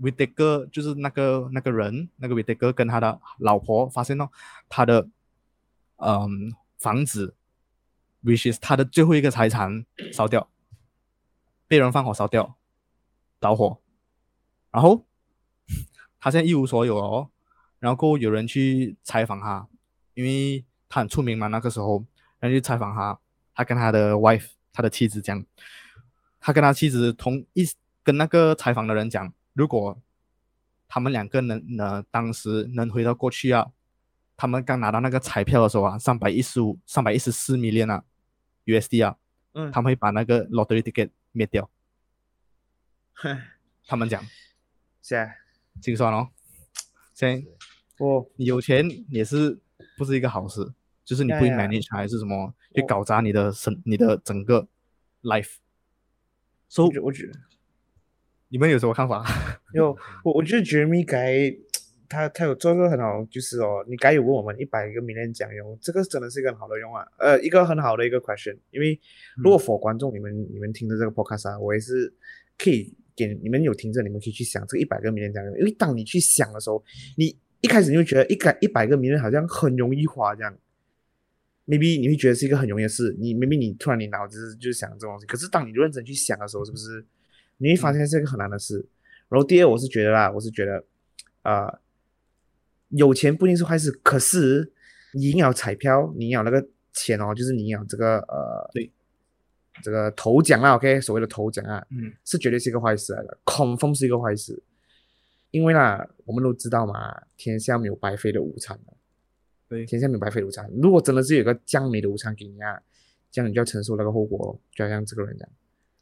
S1: ，Whitaker 就是那个那个人，那个 Whitaker 跟他的老婆发现到他的嗯房子，which is 他的最后一个财产烧掉，被人放火烧掉，着火，然后 他现在一无所有了哦。然后过后有人去采访他，因为他很出名嘛，那个时候，然后去采访他，他跟他的 wife，他的妻子讲，他跟他妻子同一跟那个采访的人讲，如果他们两个能呢，当时能回到过去啊，他们刚拿到那个彩票的时候啊，三百一十五、三百一十四 million 啊，USD 啊，
S2: 嗯
S1: 他们会把那个 lottery ticket 灭掉，
S2: 哼
S1: 他们讲，
S2: 是啊，
S1: 心酸哦，现在
S2: 哦，
S1: 你有钱也是不是一个好事，就是你不会
S2: 呀呀
S1: manage 还是什么，
S2: 我
S1: 去搞砸你的生你的整个 life。So
S2: 我觉我觉得。
S1: 你们有什么看法？
S2: 有我，我觉得 Jeremy 该他他有做一个很好，就是哦，你该有问我们一百个名人讲用，这个真的是一个很好的用啊，呃，一个很好的一个 question，因为如果 for 观众你们你们听着这个 podcast 啊，我也是可以给你们有听着，你们可以去想这个一百个名人讲用，因为当你去想的时候，你一开始你会觉得一改一百个名人好像很容易花这样。maybe 你会觉得是一个很容易的事，你 maybe 你突然你脑子就想这种东西，可是当你认真去想的时候，是不是你会发现是一个很难的事？然后第二，我是觉得啦，我是觉得，啊呃，有钱不一定是坏事，可是你赢了彩票，你赢了那个钱哦，就是你有这个呃，
S1: 对，
S2: 这个头奖啦，OK，所谓的头奖啊，
S1: 嗯，
S2: 是绝对是一个坏事来的，confirm 是一个坏事，因为啦，我们都知道嘛，天下没有白费的午餐的，
S1: 对
S2: 天下没有白费的午餐。如果真的是有一个降美的午餐给你啊，这样你就要承受那个后果咯，就好像这个人讲，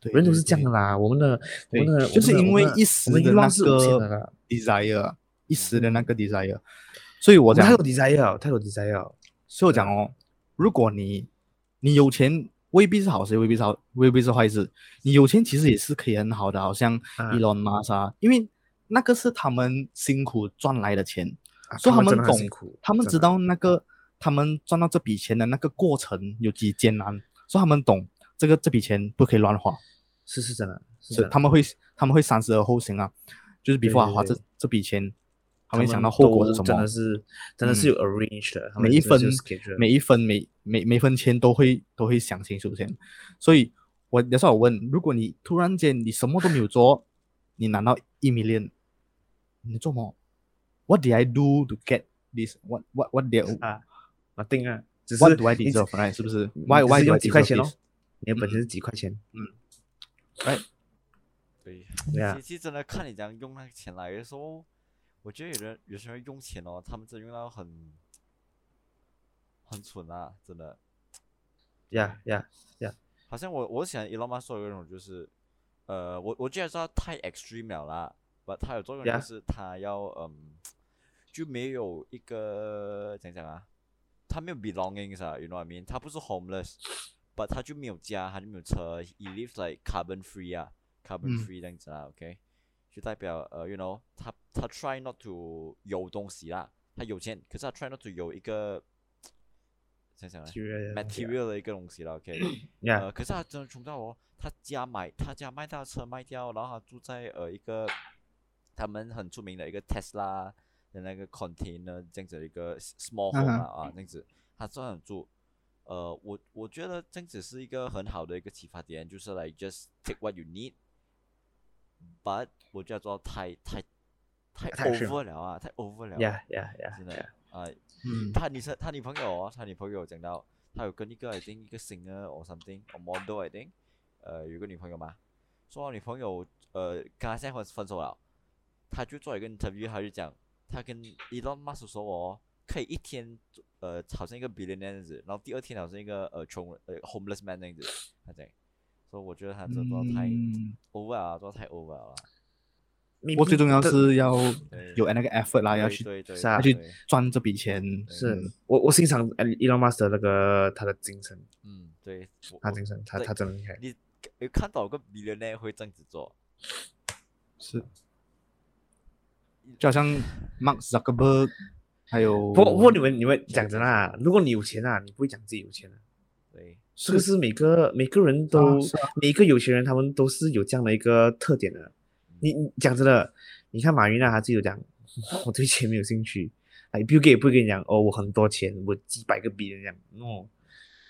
S1: 对
S2: 人都
S1: 对
S2: 是这样
S1: 对
S2: 的啦，我们的我们的
S1: 就是
S2: 我们的
S1: 因为
S2: 我们的
S1: 一
S2: 我
S1: 时
S2: 们
S1: 的
S2: 欲
S1: 那
S2: 望是无限的
S1: 个
S2: 啦，嗯
S1: desire，啊一时的那个 desire，所以我
S2: 我们
S1: 讲
S2: 太，有 desire，太有 desire，
S1: 所以我讲哦，如果你你有钱，未必是好事，未必是好，未必是坏事。你有钱其实也是可以很好的，好像
S2: 啊
S1: Elon Musk 啊，因为那个是他们辛苦赚来的钱，
S2: 啊
S1: 所以他们
S2: 真的很
S1: 懂
S2: 辛苦，
S1: 他们
S2: 真
S1: 知
S2: 的
S1: 道那个他们赚到这笔钱的那个过程有几艰难，所以他们懂这个这笔钱不可以乱花。
S2: 是是真的，是真
S1: 是
S2: 的
S1: 他们会他们会三思而后行啊，就是
S2: 对
S1: before 啊
S2: 对
S1: 花
S2: 对
S1: 这这笔钱，他
S2: 他
S1: 们会想到后果是什
S2: 都真
S1: 么
S2: 的，是真的是
S1: 嗯
S2: 有 arrange 的，他们
S1: 每一
S2: 真的
S1: 分
S2: 是有 schedule
S1: 每一分每每每分钱都会都会想清楚先。所以我有时候我问，如果你突然间你什么都没有做，你拿到一 million，你做什么？What did I do to get this? What what what did I-
S2: 啊，那定啊，只是
S1: what do I
S2: 你只
S1: deserve? Right？是不是
S2: 你
S1: ？Why
S2: 只
S1: why
S2: 是
S1: do
S2: 用
S1: I
S2: 几块
S1: deserve
S2: 钱哦
S1: this？？
S2: 你的本钱是几块钱？
S3: 对，
S2: 对啊
S3: 其其实真的看你怎样用那个钱来的时候，我觉得有人有些人用钱哦，他们真用到很很蠢啊，真的。
S2: 呀呀，
S3: 好像我我想 Elon Musk 做有一种就是，呃，我我记得他太 extreme 了啦，不，他有作用就
S2: Yeah.
S3: 是他要嗯，就没有一个怎样讲啊，他没有 belongings 啊，you know what I mean？他不是 homeless，but 他就没有家，他就没有车，he lives like carbon free 啊，carbon
S1: 嗯
S3: free 这样子啊，OK，就代表呃，you know，他他 try not to 有东西啦，他有钱，可是他 try not to 有一个怎样讲啊 material 的一个东西啦，OK。
S2: 呀
S3: 呃，可是他真的穷到哦，他家买他家卖他的车卖掉，然后他住在呃一个他们很出名的一个 Tesla 的那个 container 这样子的一个 s- small
S1: 嗯
S3: home
S1: 哼
S3: 啊啊这样子，他这样住。呃，我我觉得这样子是一个很好的一个启发点，就是来 just take what you need，but 我觉得做到太太太
S2: 太 extreme
S3: over 了啊，太 over 了，
S2: 呀呀呀
S3: 真的
S2: 呀，
S3: 啊、
S1: 嗯，
S3: 他女生，他女朋友哦，他女朋友有讲到，他有跟一个 I think 一个 singer or something or model I think，呃，有一个女朋友嘛，说他女朋友呃跟他现在分分手了，他就做一个 interview，他就讲他跟 Elon Musk 说哦，可以一天呃好像一个 billionaire 这样子，然后第二天好像一个呃穷人呃 homeless man 这样子，他讲，所以我觉得他这做得太
S1: 嗯
S3: over 啊，做得太 over 了啊，
S1: 我最重要
S2: 但
S1: 是要
S3: 对
S1: 有那个 effort 啦，要
S3: 对
S1: 去
S3: 对对，
S2: 是啊
S1: 要
S3: 对
S1: 去赚这笔钱。嗯
S2: 是我我欣赏 Elon Musk 的那个他的精神，
S3: 嗯对，我
S2: 他
S3: 我
S2: 精神，他
S3: 对
S2: 他真的厉害。
S3: 你有看到有个 billionaire 会这样子做？
S1: 是，就好像 Mark Zuckerberg，还有
S2: 不过
S1: 哦
S2: 不过你们你们讲真的啊，如果你有钱啊，你不会讲自己有钱的。
S3: 对，
S2: 这个是每啊个每个人都、
S1: 是啊
S2: 每一个有钱人，他们都是有这样的一个特点的。你你讲真的，你看马云啊娜他自己有讲， 我对钱没有兴趣，哎，不给不跟你讲哦，我很多钱，我几百个别人讲哦，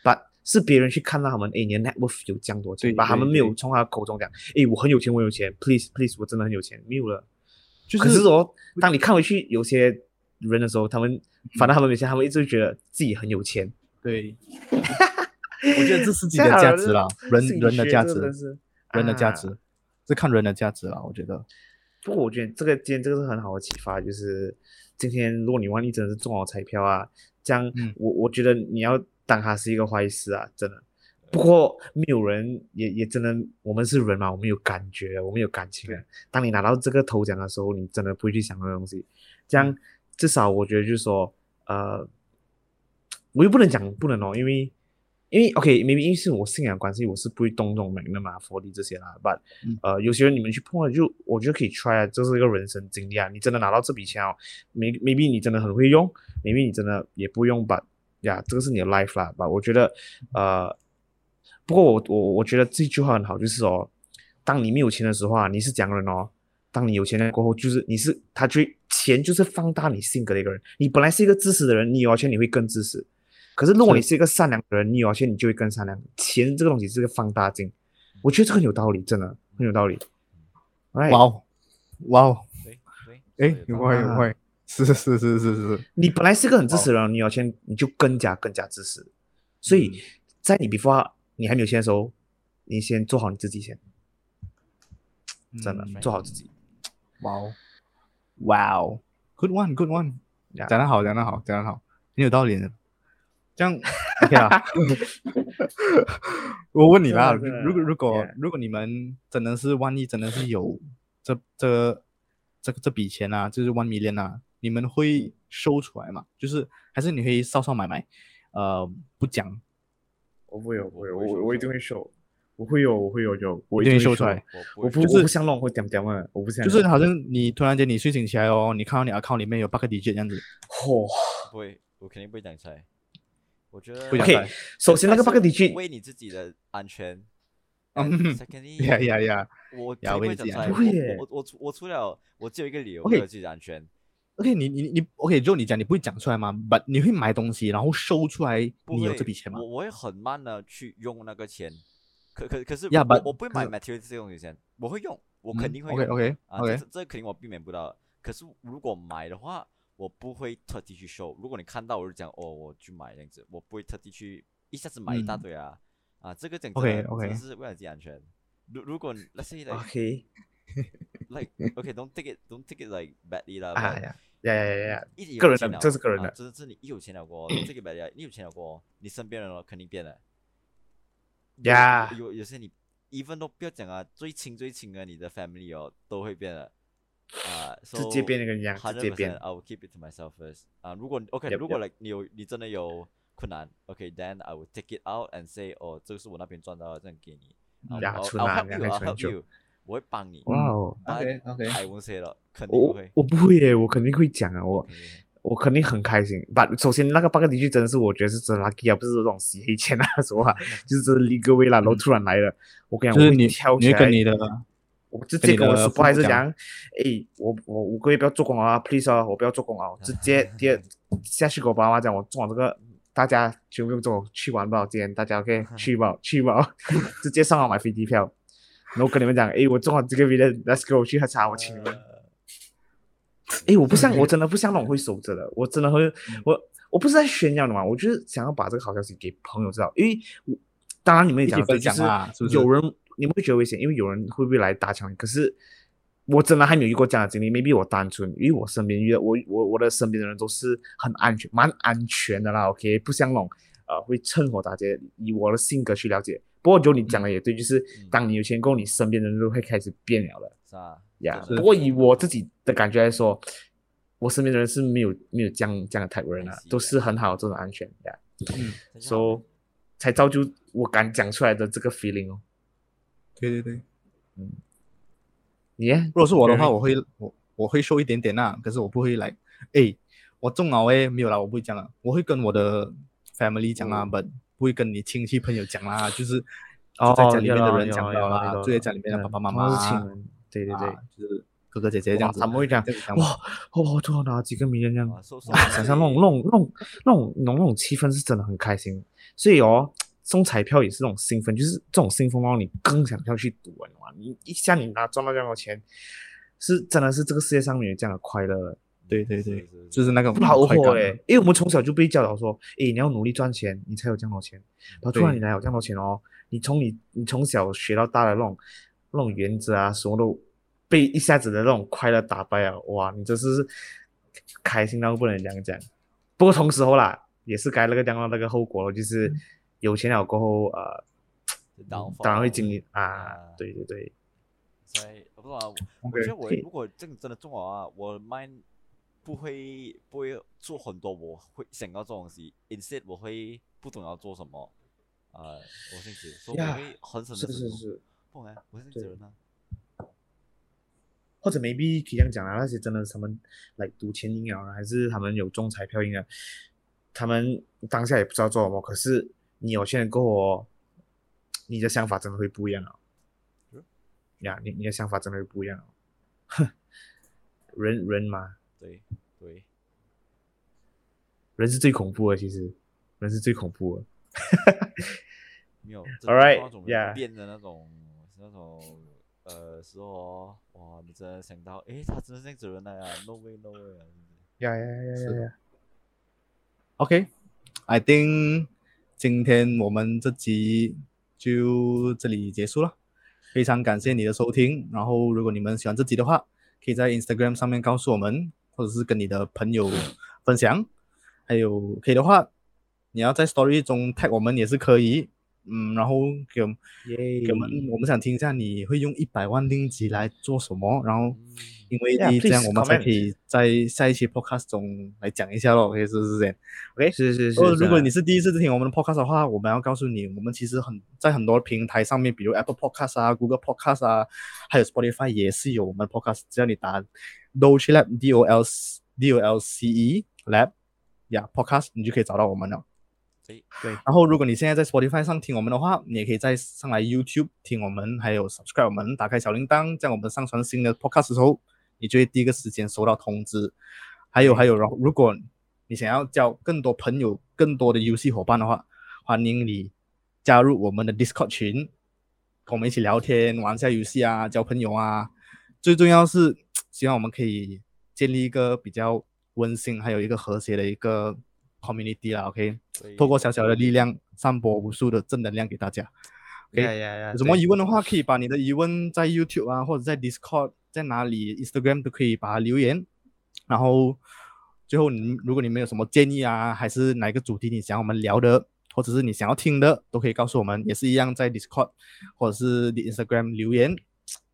S2: 把是别人去看到他们，哎，你的 net worth 有这样多钱，
S1: 对
S2: 把他
S1: 对
S2: 们没有
S1: 对
S2: 从他口中讲，哎，我很有钱，我有钱，please please，我真的很有钱，没有了。
S1: 就
S2: 可
S1: 是
S2: 是哦，当你看回去有些人的时候，他们反正他们有钱，他们一直会觉得自己很有钱，
S1: 对，我觉得这是自己的价值啦，人
S2: 心理
S1: 人的
S2: 学
S1: 价
S2: 这
S1: 值
S2: 个真，是
S1: 人的价
S2: 啊
S1: 值是看人的价值啦，我觉得。
S2: 不过我觉得这个今天这个是很好的启发，就是今天如果你万一真的是中好彩票啊，这样
S1: 嗯
S2: 我我觉得你要当它是一个坏事啊，真的。不过没有人也也真的，我们是人嘛，我们有感觉的，我们有感情的。当你拿到这个头奖的时候，你真的不会去想那个东西。这样至少我觉得就是说，呃，我又不能讲不能哦，因为因为 OK，maybe、因为是我信仰关系，我是不会动这种 magnum 啊、佛力这些啦。But 呃，有些人你们去碰了就，我觉得可以 try 啊，这是一个人生经历啊。你真的拿到这笔钱哦，may- maybe 你真的很会用，maybe 你真的也不用吧，呀，这个是你的 life 啦吧。我觉得，呃，不过我我我觉得这句话很好，就是哦，当你没有钱的时候啊，你是讲人哦。当你有钱了过后，就是你是他就会钱就是放大你性格的一个人。你本来是一个自私的人，你有了钱你会更自私。可是如果
S1: 是
S2: 你是一个善良的人，你有了钱你就会更善良。钱这个东西是个放大镜，我觉得这个很有道理，真的很有道理。哎，
S1: 哇哦，哇哦，
S3: 对对，
S1: 哎
S3: 所以，
S1: 有
S3: 吧
S1: 会
S2: 啊
S1: 有会，是是是是是是，哦
S2: 你本来是个很自私的人，你有钱你就更加更加自私。所
S1: 嗯
S2: 以在你 before 你还没有钱的时候，你先做好你自己先，真的、
S1: 嗯
S2: 做好自己。
S1: 哇哦，哇哦，Good one，Good one，
S2: Yeah
S1: 讲得好，讲得好，讲得好，很有道理的。这样 OK 啦。 我问你啦，
S2: 真的真的
S1: 如果如果
S2: Yeah
S1: 如果你们真的是万一真的是有这这这这笔钱啊，就是 one million 啊，你们会收出来吗？就是还是你会少少买买，呃，不讲，
S2: 我不会有，我
S3: 我
S2: 会有，
S3: 不会
S2: 我
S3: 说
S2: 我一
S3: 出
S2: 定
S3: 来
S2: 会收，我会有，我会有有，我
S1: 一
S2: 定
S1: 定会
S2: 会
S1: 收出来。
S2: 我
S3: 我
S2: 不，
S3: 不会
S1: 就是
S2: 我不像弄，我点点啊，我不像。
S1: 就是好像你突然间你睡醒起来哦，你看到你 account 里面有八个 digit 这样子，
S2: 嚯，
S3: 不会，我肯定不会讲出来。我觉得
S1: 不讲
S2: OK，
S1: 出来
S2: 首先那个
S3: 还
S2: bucket
S3: 是
S2: digit
S3: 为你自己的安全。
S1: 嗯
S3: And secondly，
S1: 呀呀呀！
S3: 我
S1: 呀
S3: 肯定
S1: 为
S3: 会
S1: 你自
S3: 讲
S1: 己
S3: 出
S1: 安
S2: 全
S3: 来。我
S2: 不会耶
S3: 我我除我除了我只有一个理由
S1: OK
S3: 为了自己的安全，
S1: OK，你你你 OK，就你讲你不会讲出来吗？But 你会买东西，然后收出来
S3: 不
S1: 你有
S3: 会
S1: 这笔钱吗
S3: 我？我会很慢的去用那个钱。可可可是
S1: Yeah,
S3: 我
S1: but-
S3: 我不会买
S1: 可嗯
S3: material 这种东西先，我会用，我肯定会用。
S1: OK OK
S3: 啊，这
S1: OK
S3: 这这肯定我避免不到的。可是如果买的话，我不会特地去收。如果你看到我就讲哦，我去买这样子，我不会特地去一下子买一大
S1: 嗯
S3: 堆啊、啊，这个讲真
S1: OK，
S3: 的真
S1: OK
S3: 的是为了自己安全。如如果你 let's say like
S2: OK
S3: like okay don't take it don't take it like badly 啦，
S2: 啊
S3: but
S2: 呀呀呀呀呀，
S3: 嗯一有
S2: 个人
S3: 钱
S2: 的
S3: 了
S2: 这是个人
S3: 啊
S2: 的
S3: 这这你一有钱了过后，don't take it badly，啊你有钱了过后，你身边人哦肯定变了。有
S2: Yeah
S3: 有有些你 even 都不要讲啊，最亲最亲的你的 family 哦都会变了。啊，
S2: 直接
S3: so-
S2: 变那个一样，直接
S3: 100%
S2: 变
S3: I will keep it to myself first. 啊、如果 OK，
S2: Yup,
S3: 如果 like 你有你真的有困难，OK，then、I will take it out and say，哦，这个是我那边赚到的，这样给你。
S1: 嗯
S3: I'll-
S2: 呀
S3: I'll-
S2: 存
S3: I'll
S2: 啊
S3: help
S2: 两
S3: you,
S2: 个
S3: I'll
S2: 存
S3: help
S2: 就
S3: you，我会帮你。
S2: 哇哦，
S1: OK OK，
S3: I won't say 了，
S1: 嗯
S3: 肯定
S2: 我
S3: 会。
S2: 我不会耶，我肯定会讲啊，我
S3: 肯定会
S2: 我肯定很开心。把首先那个 bucket digit 真的是我觉得是真的 lucky 啊，不是那种洗黑钱啊什么啊，就是这 legal way 啦，然后突然来了，我跟你
S1: 嗯就
S2: 讲，哎我
S1: 是
S2: 会
S1: 你
S2: 跳
S1: 你会
S2: 起来，
S1: 跟你的
S2: 我直
S1: 跟
S2: 接
S1: 你
S2: 跟我
S1: 的
S2: 的
S1: 父母
S2: supervisor
S1: 讲
S2: 讲，哎，我我我个月不要做工啊，please 啊，我不要做 工啊，我直接第二下去跟我爸妈讲，我做完这个，大家全部用这种去玩吧，今天大家 OK 去吧去吧， 直接上网买飞机票，然后跟你们讲，哎，我做完这个 video，let's go 去喝茶，我请你们。哎，我不像，
S1: 嗯
S2: 我真的不像那种会守着的，我真的会，我我不是在炫耀的嘛，我就是想要把这个好消息给朋友知道，因为我当然你们也
S1: 一起
S2: 讲得对
S1: 分享
S2: 就是
S1: 啦是不是
S2: 有人你们会觉得危险，因为有人会不会来打抢你，可是我真的还没有遇过这样的经历，maybe 我单纯，因为我身边遇到我我我的身边的人都是很安全，蛮安全的啦，OK，不像那种呃会趁火打劫，以我的性格去了解。不过就你讲的也对，就是
S3: 嗯
S2: 当你有钱过后，你身边的人都会开始变了的。
S3: 是啊，
S2: 呀、
S3: 真的
S2: 不过以我自己的感觉来说，我身边的人是没有没有这样这样的泰国人啊
S3: I，see
S2: 都是很好这种安全呀、
S1: 嗯，
S3: 真的
S2: s o 才造就我敢讲出来的这个 feeling 哦。
S1: 对对对。如
S2: 你耶
S1: 果是我的话，
S2: Jerry
S1: 我会我我会收一点点啦，可是我不会来，哎，我中了哎，没有啦，我不会讲了，我会跟我的 family 讲啦、b u t 不会跟你亲戚朋友讲啦，就是
S2: 哦
S1: 在家里面
S2: 有
S1: 的
S2: 啦
S1: 人讲
S2: 有
S1: 到
S2: 啦有啦
S1: 啦，
S2: 有啦
S1: 住在家里面的
S2: 嗯
S1: 爸爸妈
S2: 他们
S1: 妈
S2: 是亲人，对对对
S1: 啊，就是哥哥姐姐这样子，
S2: 他们会讲
S1: 这样子讲哦
S2: 哇，我我多拿几个名人这样
S3: 啊，so- so
S2: 哇，想象那种那种那种那种那种那种气氛是真的很开心，所以哦，中彩票也是那种兴奋，就是这种兴奋让你更想要去赌，啊你懂吗？你一下你拿赚到这样的钱，是真的是这个世界上没有这样的快乐了，
S1: 对对对
S3: 是是
S1: 就是那种
S2: 不劳而
S1: 快
S2: 获
S1: 感
S2: 嘞
S1: 啊，
S2: 因为我们从小就被教导说，诶，你要努力赚钱，你才有这样的钱，然后突然
S1: 对
S2: 你来有这样的钱哦，你从你你从小学到大的那种那种原则啊，什么都被一下子的那种快乐打败啊，哇，你真是开心到不能这样讲。不过同时候啦，也是该那个讲到那个后果咯，就是有钱了过后，呃，
S3: downfall
S2: 当然会经历啊
S3: 啊，
S2: 对对对，
S3: 所以我不知道，我
S1: OK
S3: 觉得我
S2: 可以
S3: 如果这个真的中了啊，我 mind 不会不会做很多我会想要做的东西，instead 我会不懂要做什么，呃，我性子，所以我
S2: Yeah，
S3: 会很省
S2: 是
S3: 的
S2: 是是。
S3: 不然我是这
S2: 对
S3: 人呢，
S2: 或者 maybe 可以这样讲啊，那些真的是他们来赌钱赢了，还是他们有中彩票赢了，他们当下也不知道做什么。可是你有些人过后哦，你的想法真的会不一样哦。
S3: 嗯
S2: 呀，你你的想法真的会不一样哦。人人嘛，
S3: 对对，
S2: 人是最恐怖的，其实人是最恐怖的。
S3: 没有
S2: All right，
S3: 那种
S2: yeah
S3: 变的那种那种呃时候哦，哇，你真的想到，诶，他真的是这样子的人来啊，no way no way 啊，
S2: 呀呀呀呀呀！
S1: OK，I、think 今天我们这集就这里结束了，非常感谢你的收听。然后，如果你们喜欢这集的话，可以在 Instagram 上面告诉我们，或者是跟你的朋友分享。还有，可以的话，你要在 Story 中 tag 我们也是可以。嗯，然后给我们给我们，我们想听一下你会用一百万令吉来做什么？然后，
S3: 嗯
S1: 因为
S2: Yeah,
S1: 你这样
S2: please
S1: 我们才
S2: comment
S1: 可以在下一期 podcast 中来讲一下咯，可以是不是这样？
S2: OK，是是是啊
S1: 哦，，如果
S2: 真的
S1: 你是第一次听我们的 podcast 的话，我们要告诉你，我们其实很在很多平台上面，比如 Apple Podcast 啊、Google Podcast 啊，还有 Spotify 也是有我们的 podcast。只要你打 Dolce Lab D O L D O L C E Lab 呀 Podcast，你就可以找到我们了。
S3: 对
S2: 对
S1: 然后，如果你现在在 Spotify 上听我们的话，你也可以再上来 YouTube 听我们，还有 subscribe 我们，打开小铃铛，这样我们上传新的 podcast 的时候，你就会第一个时间收到通知。还有还有，然后如果你想要交更多朋友、更多的游戏伙伴的话，欢迎你加入我们的 Discord 群，跟我们一起聊天、玩一下游戏啊，交朋友啊。最重要是，希望我们可以建立一个比较温馨，还有一个和谐的一个 community 啦。OK，透过小小的力量，散播无数的正能量给大家。OK，
S2: 呀呀呀，
S1: 有什么
S2: 对
S1: 疑问的话，可以把你的疑问在 YouTube 啊，或者在 Discord，在哪里 Instagram 都可以把它留言。然后最后你如果你们有什么建议啊，还是哪个主题你想要我们聊的，或者是你想要听的，都可以告诉我们，也是一样在 Discord 或者是 Instagram 留言。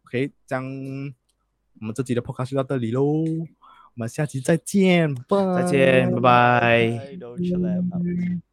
S1: OK，这样我们这集的 Podcast 就到这里喽，我们下期再见，啊
S2: 再见，拜拜。
S3: 哎 Don't you laugh.